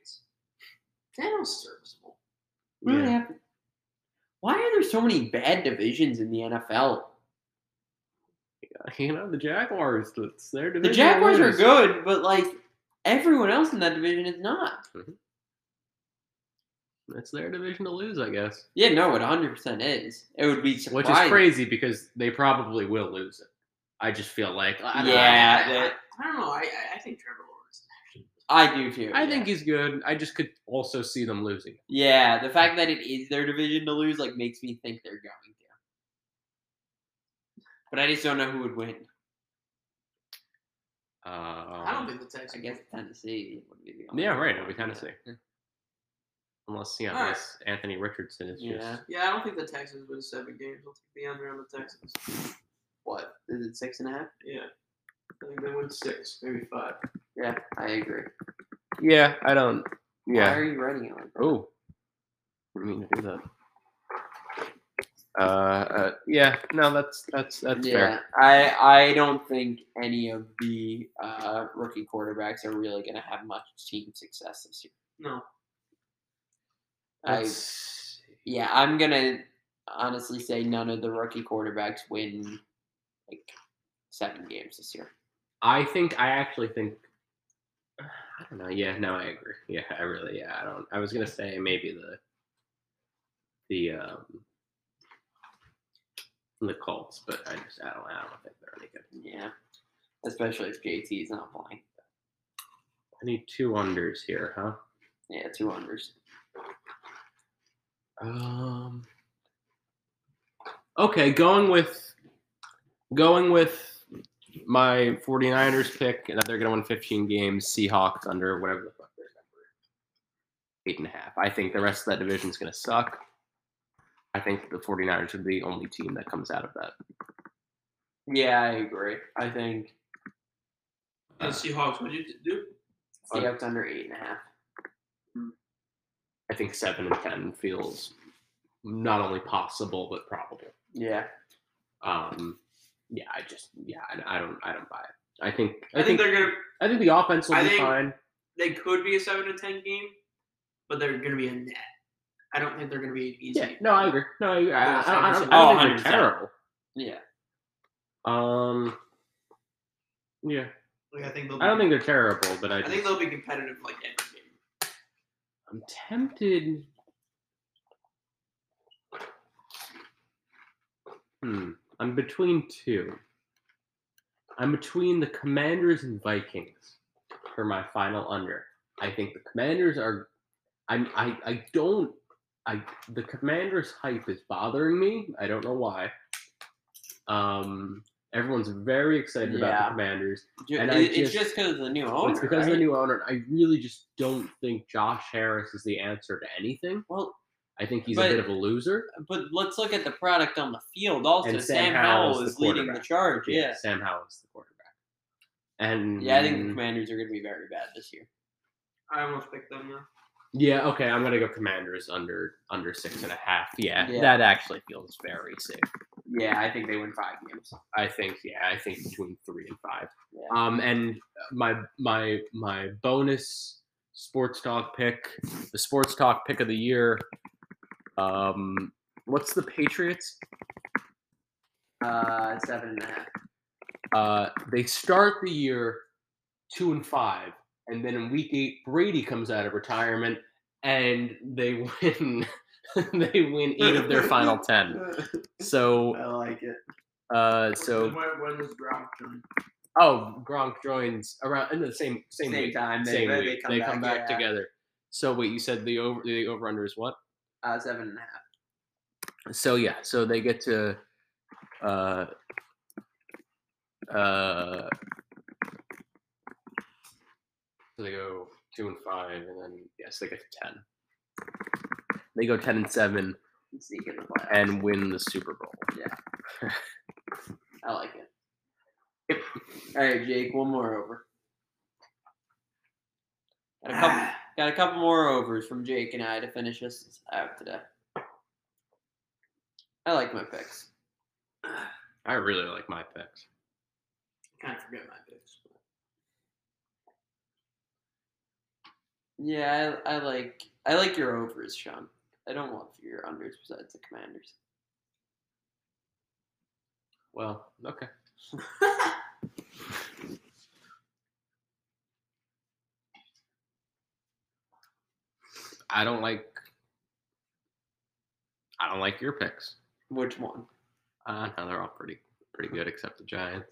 D: Tannehill's serviceable.
C: What really
A: Yeah.
C: happened? Why are there so many bad divisions in the NFL?
A: You know, the Jaguars. It's their
C: The
A: division.
C: Jaguars are
A: winners.
C: good, but like everyone else in that division is not.
A: It's their division to lose, I guess.
C: Yeah, no, it 100% is. It would be surprising.
A: Which is crazy because they probably will lose it. I just feel like. I don't know.
C: Yeah,
D: I, I,
C: that-
D: I don't know. I I, I think Trevor Lawrence.
C: I do too.
A: I
C: yeah.
A: think he's good. I just could also see them losing. it.
C: Yeah, the fact that it is their division to lose like makes me think they're going to. But I just don't know who would win.
A: Um,
D: I don't think the Texans.
C: I guess Tennessee would be the only
A: Yeah, right.
C: one.
A: It'll be Tennessee. Unless, yeah,
D: All right.
A: unless Anthony Richardson is
C: Yeah.
A: just.
D: Yeah, I don't think the Texans win seven games. I'll take the under on the Texans.
C: What is it? Six and a half?
D: Yeah, I think they win six, maybe five.
C: Yeah, I agree.
A: Yeah, I don't.
C: Why are you writing it like that?
A: Oh. What do you mean to do that? Uh, uh yeah, no, that's that's that's
C: yeah,
A: fair.
C: I I don't think any of the uh, rookie quarterbacks are really going to have much team success this year.
D: No.
C: I-
A: That's
C: Yeah, I'm gonna honestly say none of the rookie quarterbacks win like seven games this year.
A: I think I actually think uh, I don't know. Yeah, no, I agree. Yeah, I really yeah, I don't I was going to say maybe the the um the Colts, but I just I don't I don't think they're any good.
C: Yeah, especially if JT's not playing.
A: I need two unders here, huh?
C: Yeah, two unders.
A: Um. Okay, going with going with my 49ers pick that they're going to win 15 games. Seahawks under whatever the fuck their number is. eight and a half. I think the rest of that division is going to suck. I think the 49ers are the only team that comes out of that.
C: Yeah, I agree. I think
D: The Seahawks. What did you do?
A: Oh.
C: See, yeah, it's under eight and a half.
A: I think seven and ten feels not only possible but probable.
C: Yeah.
A: Um, yeah, I just yeah, I, I don't I don't buy it. I think
D: I, think, they're gonna.
A: I think the offense will
D: I
A: be
D: think-
A: fine.
D: They could be a seven to ten game, but they're gonna be a net. I don't think they're gonna be an easy.
A: Yeah, no, I agree. No, I, agree. I, I, I, I don't,
D: Oh,
A: I don't think they're
D: 100%.
A: terrible.
C: Yeah.
A: Um, yeah,
D: Like, I think they'll. Be,
A: I don't think they're terrible, but I,
D: I think
A: just-
D: they'll be competitive like every game.
A: I'm tempted. Hmm. I'm between two. I'm between the Commanders and Vikings for my final under. I think the Commanders are. I'm. I. I don't. I. The Commanders hype is bothering me. I don't know why. Um. Everyone's very excited about
C: Yeah.
A: the Commanders.
C: Ju-
A: And
C: it-
A: I
C: it's
A: just-
C: just because of the new owner.
A: it's because of
C: right?
A: the new owner. I really just don't think Josh Harris is the answer to anything.
C: Well,
A: I think he's
C: but-
A: a bit of a loser.
C: but let's look at the product on the field also.
A: And Sam
C: Sam,
A: Howell
C: Howell
A: is
C: is
A: the
C: leading the
A: quarterback.
C: charge. Yeah.
A: Sam Howell is the quarterback. And
C: Yeah, I think the Commanders are going to be very bad this year.
D: I almost picked them though.
A: yeah, okay, I'm gonna go Commanders under under six and a half. Yeah,
C: Yeah.
A: that actually feels very safe.
C: Yeah, I think they win five games.
A: I think yeah, I think between three and five.
C: Yeah.
A: Um, and my my my bonus sports talk pick, the sports talk pick of the year. Um, what's the Patriots?
C: Uh, seven and a half.
A: Uh, they start the year two and five, and then in week eight, Brady comes out of retirement, and they win. they win eight of their final ten. So,
D: I like it.
A: uh, so
D: when, when does Gronk join?
A: oh, Gronk joins around in the same same,
C: Same
A: week,
C: time. They,
A: same
C: they,
A: week.
C: they come back, yeah.
A: together. So wait, you said the over the over under is what?
C: Uh, seven and a half.
A: So yeah, so they get to. Uh, uh, so they go two and five, and then yes, they get to ten. They go ten and seven
C: Let's sneak in the playoffs.
A: and win the Super Bowl.
C: I like it. All right, Jake, one more over. Got a couple, got a couple more overs from Jake and I to finish us out today. I like my picks.
A: I really like my picks.
D: kind of forget my picks.
C: Yeah, I, I like I like your overs, Sean. I don't want your unders besides the Commanders.
A: Well, okay. I don't like. I don't like your picks.
C: Which one?
A: Uh, no, they're all pretty pretty good, except the Giants.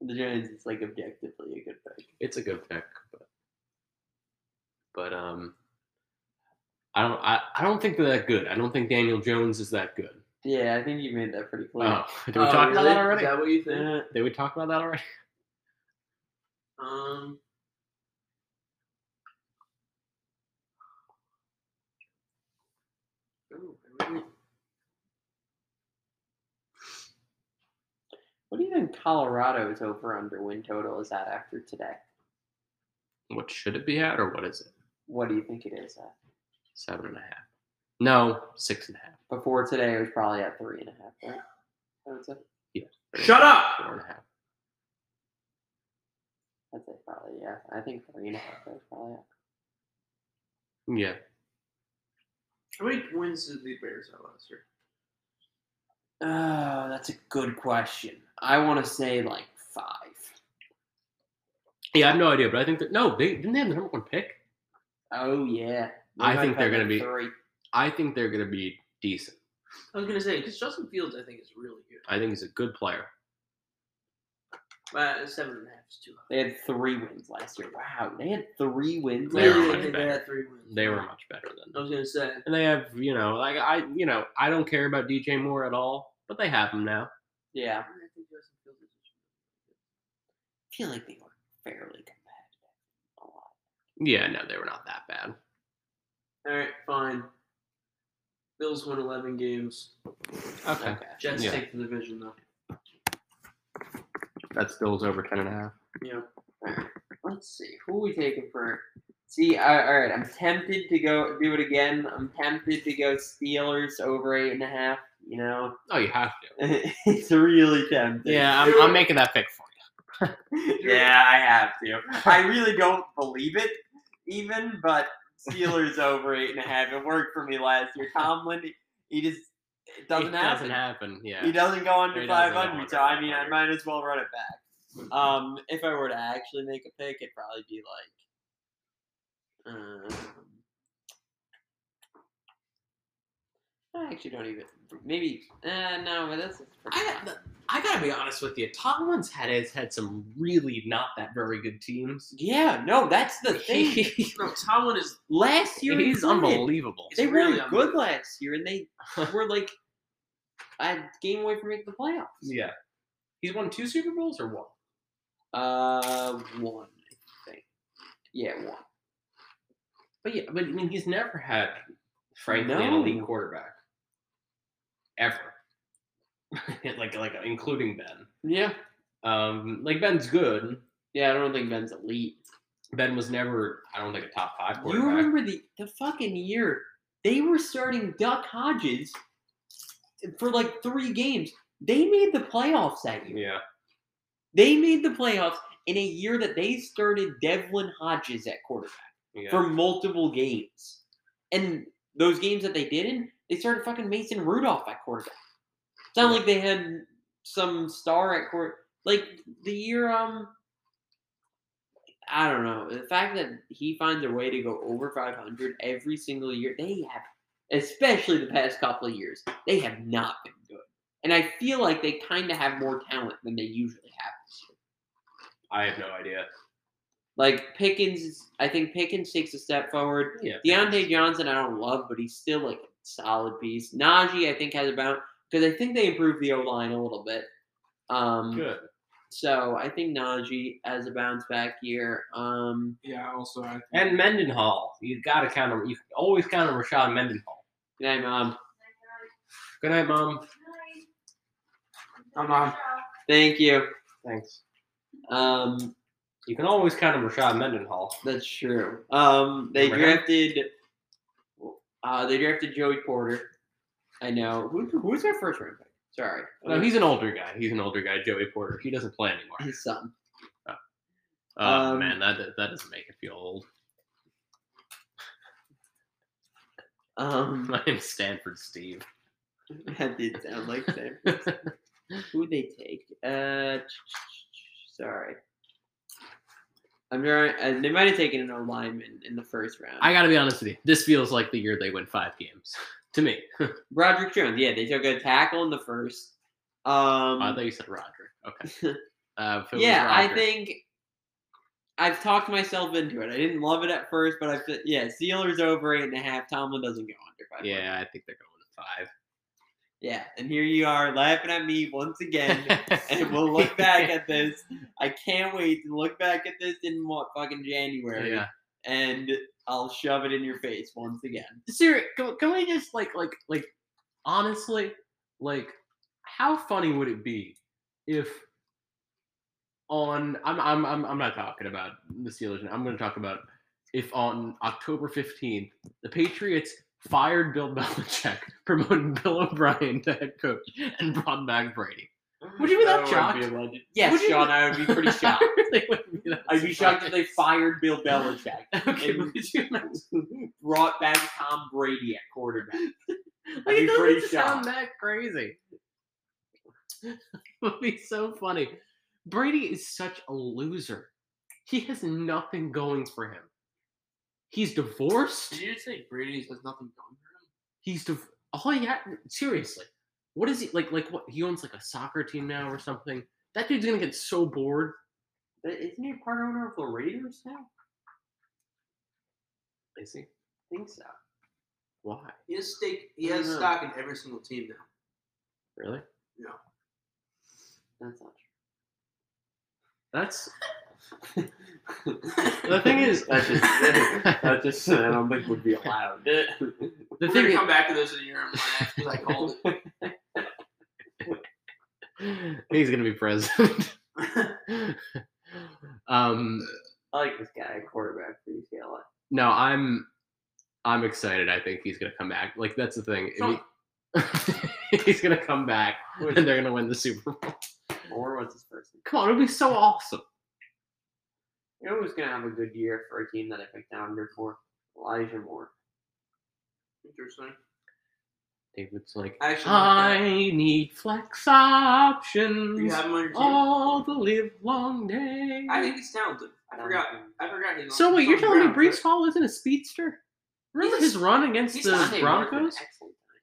C: The Giants is like objectively a good pick.
A: It's a good pick, but but um, I don't I, I don't think they're that good. I don't think Daniel Jones is that good.
C: Yeah, I think you made that pretty clear.
A: Oh, did we talk about
D: really?
A: that already?
D: Uh,
A: Eh,
D: Is that what you think?
C: Uh,
A: Did we talk about that already?
D: Um, ooh, I really-
C: what do you think Colorado's over under win total is at after today?
A: What should it be at, or what is it?
C: What do you think it is at?
A: Seven and a half? No, six and a half.
C: Before today, it was probably at three and a half, right? I would say.
D: Shut up!
A: Four and a half.
C: I'd say probably, yeah. I think three and a half is probably at.
A: Yeah,
D: How many wins did the Bears have last year?
C: Oh, that's a good question. I want to say like five.
A: yeah. I have no idea, but I think that no, they didn't they have the number one pick.
C: Oh, yeah. They
A: I
C: might
A: think
C: have
A: they're gonna
C: had
A: be-
C: Three.
A: I think they're going to be decent.
D: I was gonna say because Justin Fields, I think, is really good.
A: I think he's a good player.
D: But seven and a half is too high.
C: They had three wins last year. Wow, they had three wins.
A: They were
C: last
A: much
C: year?
D: they
A: better.
D: had three wins.
A: They were much better than
D: I was gonna say.
A: And they have, you know, like I, you know, I don't care about DJ Moore at all, but they have him now.
C: Yeah.
D: I think Justin Fields is
C: I feel like they were fairly competitive. A lot.
A: Yeah, no, they were not that bad.
D: All right, fine. Bills win eleven games.
A: Okay.
D: Jets
A: Yeah.
D: take the division though.
A: That still is over ten and a half.
D: Yeah.
C: All let's see. Who are we taking for? See, I, all right. I'm tempted to go do it again. I'm tempted to go Steelers over eight and a half. You know,
A: Oh, you have to.
C: it's really tempting.
A: Yeah, I'm, I'm making that pick for you.
C: yeah, I have to. I really don't believe it, even. But Steelers over eight and a half. It worked for me last year. Tomlin, he just it doesn't
A: it
C: happen.
A: doesn't happen. Yeah.
C: He doesn't go under
A: He doesn't go
C: 500, so
A: under
C: I mean, I
A: 500.
C: might as well run it back. Um, if I were to actually make a pick, it'd probably be like, um, I actually don't even. Maybe uh, no, but that's.
A: I, I gotta be honest with you. Tomlin's had has had some really not that very good teams.
C: yeah, no, that's the thing.
D: No, Tomlin is
C: last year
A: He's
C: included,
A: unbelievable.
D: It's
C: They
D: really
C: were good last year, and they were like a game away from making the playoffs.
A: Yeah. He's won two Super Bowls or one?
C: Uh, one, I think. Yeah, one.
A: But yeah, but I mean, he's never had, frankly, an elite
C: No.
A: quarterback. Ever. like, like including Ben.
C: Yeah.
A: Um, like Ben's good.
C: Yeah, I don't think Ben's elite.
A: Ben was never, I don't think, a top five
C: You
A: quarterback.
C: remember the the fucking year they were starting Duck Hodges for like three games. They made the playoffs that year.
A: Yeah.
C: They made the playoffs in a year that they started Devlin Hodges at quarterback
A: yeah.
C: for multiple games. And those games that they didn't, they started fucking Mason Rudolph at quarterback. It's not like they had some star at court. Like the year, um, I don't know. The fact that he finds a way to go over 500 every single year, they have, especially the past couple of years, they have not been good. And I feel like they kind of have more talent than they usually have this year.
A: I have no idea.
C: Like Pickens, is- I think Pickens takes a step forward.
A: Yeah.
C: Deontay Johnson, I don't love, but he's still like a solid piece. Najee, I think, has about because I think they improved the O line a little bit. Um,
A: Good.
C: So I think Najee has a bounce back year. Um,
D: yeah. Also, I think
A: And Mendenhall. You gotta count on you can always count on Rashad Mendenhall.
C: good night, mom.
A: Good night, Mom.
D: I'm on.
C: Thank you.
A: Thanks.
C: Um,
A: You can always count on Rashad Mendenhall.
C: that's true. Um, they
A: Remember him?
C: drafted. Uh, they drafted Joey Porter. I know. Who, who was their first round pick? Sorry,
A: No, he's an older guy. He's an older guy, Joey Porter. He doesn't play anymore.
C: his son.
A: Oh
C: Um,
A: man, that that doesn't make it feel old.
C: Um,
A: My name's Stanford Steve.
C: that did sound like Sam. Who they take? Uh, sorry. I'm very. Uh, they might have taken an O lineman in the first round.
A: I gotta be honest with you. This feels like the year they win five games. to me.
C: Roderick Jones. Yeah, they took a tackle in the first.
A: Oh, I
C: Um,
A: thought you said Roger. Okay. Uh, if it was
C: yeah, I
A: Roderick-
C: think I've talked myself into it. I didn't love it at first, but I fe- yeah, Steelers over eight and a half. Tomlin doesn't go under five.
A: Yeah, I think they're going
C: yeah. And here you are laughing at me once again.
A: to five.
C: and we'll look back at this. I can't wait to look back at this in what fucking January,
A: Yeah.
C: and I'll shove it in your face once again.
A: Siri, can, can we just like like like honestly, like how funny would it be if on I'm I'm I'm, I'm not talking about the Steelers. I'm going to talk about if on October 15th the Patriots fired Bill Belichick, promoted Bill O'Brien to head coach, and brought back Brady. Would you be that
C: That would
A: shocked?
C: be a legend. Yes,
A: Would you
C: Sean, I would be pretty shocked.
A: I really wouldn't be that
C: I'd be shocked if they fired Bill Belichick,
A: Okay, but could you imagine?
C: brought back Tom Brady at quarterback.
A: Like,
C: be
A: it doesn't
C: pretty
A: sound
C: shocked.
A: that crazy. would be so funny. Brady is such a loser. He has nothing going for him. He's divorced.
D: Did you say Brady has nothing going for
A: He's div- oh yeah, seriously. What is he like? Like what? He owns like a soccer team now or something. That dude's gonna get so bored.
C: But isn't he a part owner of the Raiders now? I
A: Is he?
C: think so.
A: Why?
D: him? He has stake. He
C: I
D: has
C: don't know.
D: stock in every single team now.
A: Really?
C: That's not true.
A: That's the thing is.
C: That's just-
A: the
C: That just I don't think would be allowed.
D: We're
A: thing
D: gonna
A: is,
D: come back to this in a year and laugh because I called it.
A: he's gonna be president. um,
C: I like this guy, quarterback for UCLA.
A: No, I'm I'm excited. I think he's gonna come back. Like that's the thing. If he- he's gonna come back and they're gonna win the Super Bowl.
C: Or what's his first name?
A: Come on, it'll be so awesome.
C: You know who's gonna have a good year for a team that I picked out under for? Elijah Moore.
D: Interesting.
A: David's like
D: I actually
A: I
D: like
A: need flex
D: that. You
A: options
D: have him on your team.
A: all the live long day.
D: I think he's talented. I forgot. I forgot he's on-
A: so wait,
D: he's
A: you're
D: on the
A: telling me
D: Browns,
A: Brees
D: right?
A: Hall isn't a speedster? Remember
D: He's a
A: his run against
D: he's
A: the
D: Dante
A: Broncos?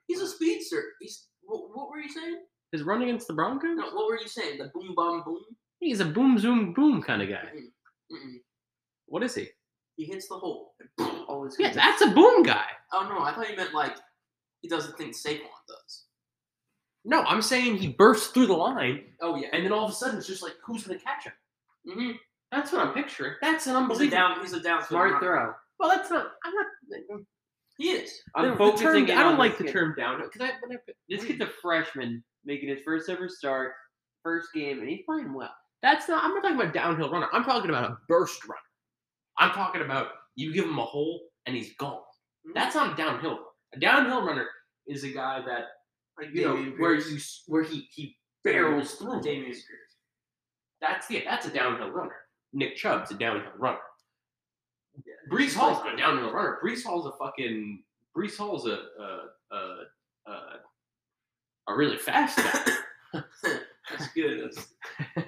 D: He's a speedster. He's what, what were you saying?
A: His run against the Broncos?
D: No, what were you saying? The boom bomb boom.
A: He's a boom zoom boom kind of guy.
D: Mm-mm. Mm-mm.
A: What is he?
D: He hits the hole. and boom.
C: Oh, it's
A: Yeah, that's a boom guy.
D: Oh no, I thought you meant like he does the thing Saquon does.
A: No, I'm saying he bursts through the line,
D: Oh yeah,
A: and then all of a sudden it's just like, who's gonna catch him?
D: mm-hmm.
A: That's what I'm picturing. That's an
D: he's a
A: unbelievable.
D: down. He's a down.
C: smart throw.
A: well, that's not. I'm not.
D: He is.
A: the-
C: I'm
A: the
C: focusing.
A: term-
C: in
A: I
C: on
A: don't like
C: this
A: the
C: kid. Hmm.
A: term down because I. When I
C: This kid's a freshman making his first ever start, first game, and he's playing well.
A: that's not. I'm not talking about downhill runner. I'm talking about a burst runner. I'm talking about you give him a hole and he's gone. That's not a downhill runner. A downhill runner is a guy that
D: Like
A: you know
D: Damian
A: where
D: Pierce.
A: you s- where he he barrels through.
D: Damian Pierce.
A: That's yeah, that's a downhill runner. Nick Chubb's a downhill runner.
D: Yeah.
A: Brees Hall's not a downhill runner. Brees Hall's a fucking Brees Hall's a a a, a, a really fast guy.
D: That's good. That's,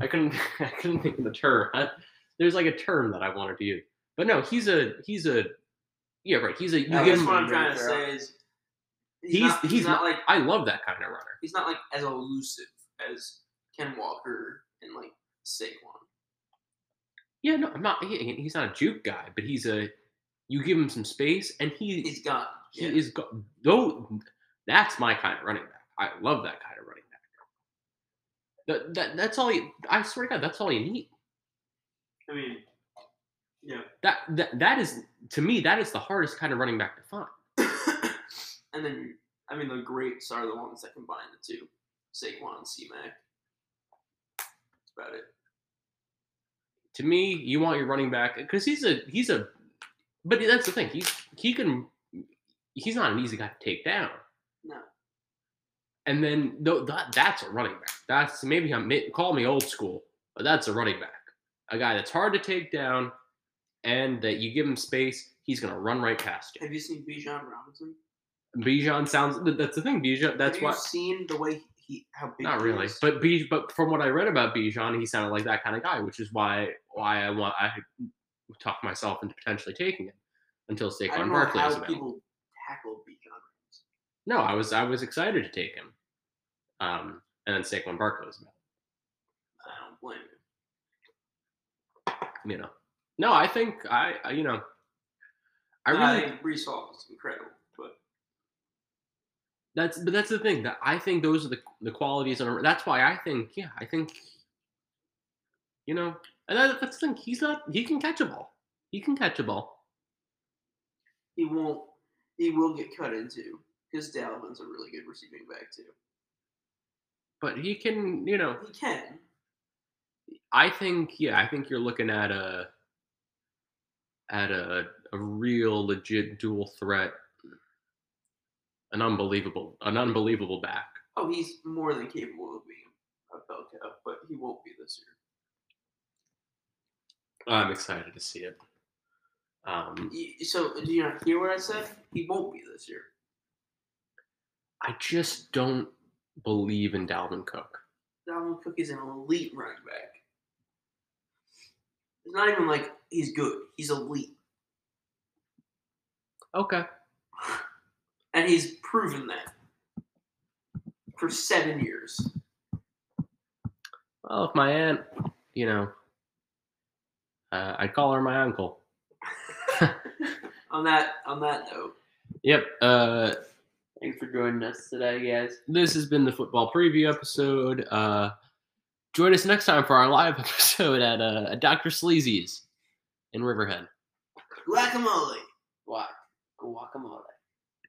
A: I couldn't I couldn't think of the term. I- there's like a term that I wanted to use, but no, he's a he's a yeah right. He's a you
C: Yeah,
A: give
D: that's
A: him-
D: what I'm
C: a
D: trying to
C: good throw.
D: say is
A: He's-
D: not,
A: he's
D: not like
A: I love that kind of runner.
D: he's not like as elusive as Ken Walker and like Saquon.
A: Yeah, no, I'm not. He, he's not a juke guy, but he's a you give him some space and he
D: He's gone.
A: He is go- though. That's my kind of running back. I love that kind of running back. That, that that's all. You, I swear to God, that's all you need.
D: I mean, yeah.
A: That that that is to me that is the hardest kind of running back to find.
D: and then I mean the greats are the ones that combine the two, Saquon and C Mac. That's about it.
A: To me, you want your running back because he's a he's a. But that's the thing. He he can. He's not an easy guy to take down.
D: No.
A: And then though that that's a running back. That's maybe I'm may- call me old school, but that's a running back. A guy that's hard to take down, and that you give him space, he's gonna run right past you.
D: Have you seen Bijan Robinson?
A: Bijan sounds th- that's the thing. Bijan that's
D: Have you
A: why
D: seen the way he how big
A: not
D: he
A: really,
D: is?
A: but Bij, but from what I read about Bijan, he sounded like that kind of guy, which is why why I want I talked myself into potentially taking him until
D: I don't
A: Saquon
D: know
A: Barkley
D: how
A: is available.
D: people tackle Bijan.
A: No, I was I was excited to take him, um, and then Saquon Barkley was available.
D: I don't blame him.
A: you know. No, I think I, I you know, I
D: No,
A: really
D: think Brees Hall is incredible, but
A: that's but that's the thing that I think those are the the qualities and that's why I think yeah I think you know and that, that's the thing he's not he can catch a ball he can catch a ball
D: he won't. He will get cut into because Dalvin's a really good receiving back too.
A: but he can you know
D: He can.
A: I think yeah I think you're looking at a at a a real legit dual threat an unbelievable an unbelievable back
D: Oh, he's more than capable of being a Belka, but he won't be this
A: I'm excited to see it um
D: year. You- So do you not hear what I said? He won't be this year.
A: I just don't believe in Dalvin Cook.
D: Dalvin Cook is an elite running back. It's not even like he's good. He's elite,
A: Okay.
D: and he's proven that for seven years.
A: Well, if my aunt, you know, uh, I'd call her my uncle.
D: On that on that note,
A: Yep. Uh,
C: Thanks for joining us today, guys.
A: this has been the football preview episode. Uh, join us next time for our live episode at uh, Dr. Sleazy's in Riverhead.
D: guacamole.
C: Guac, guacamole.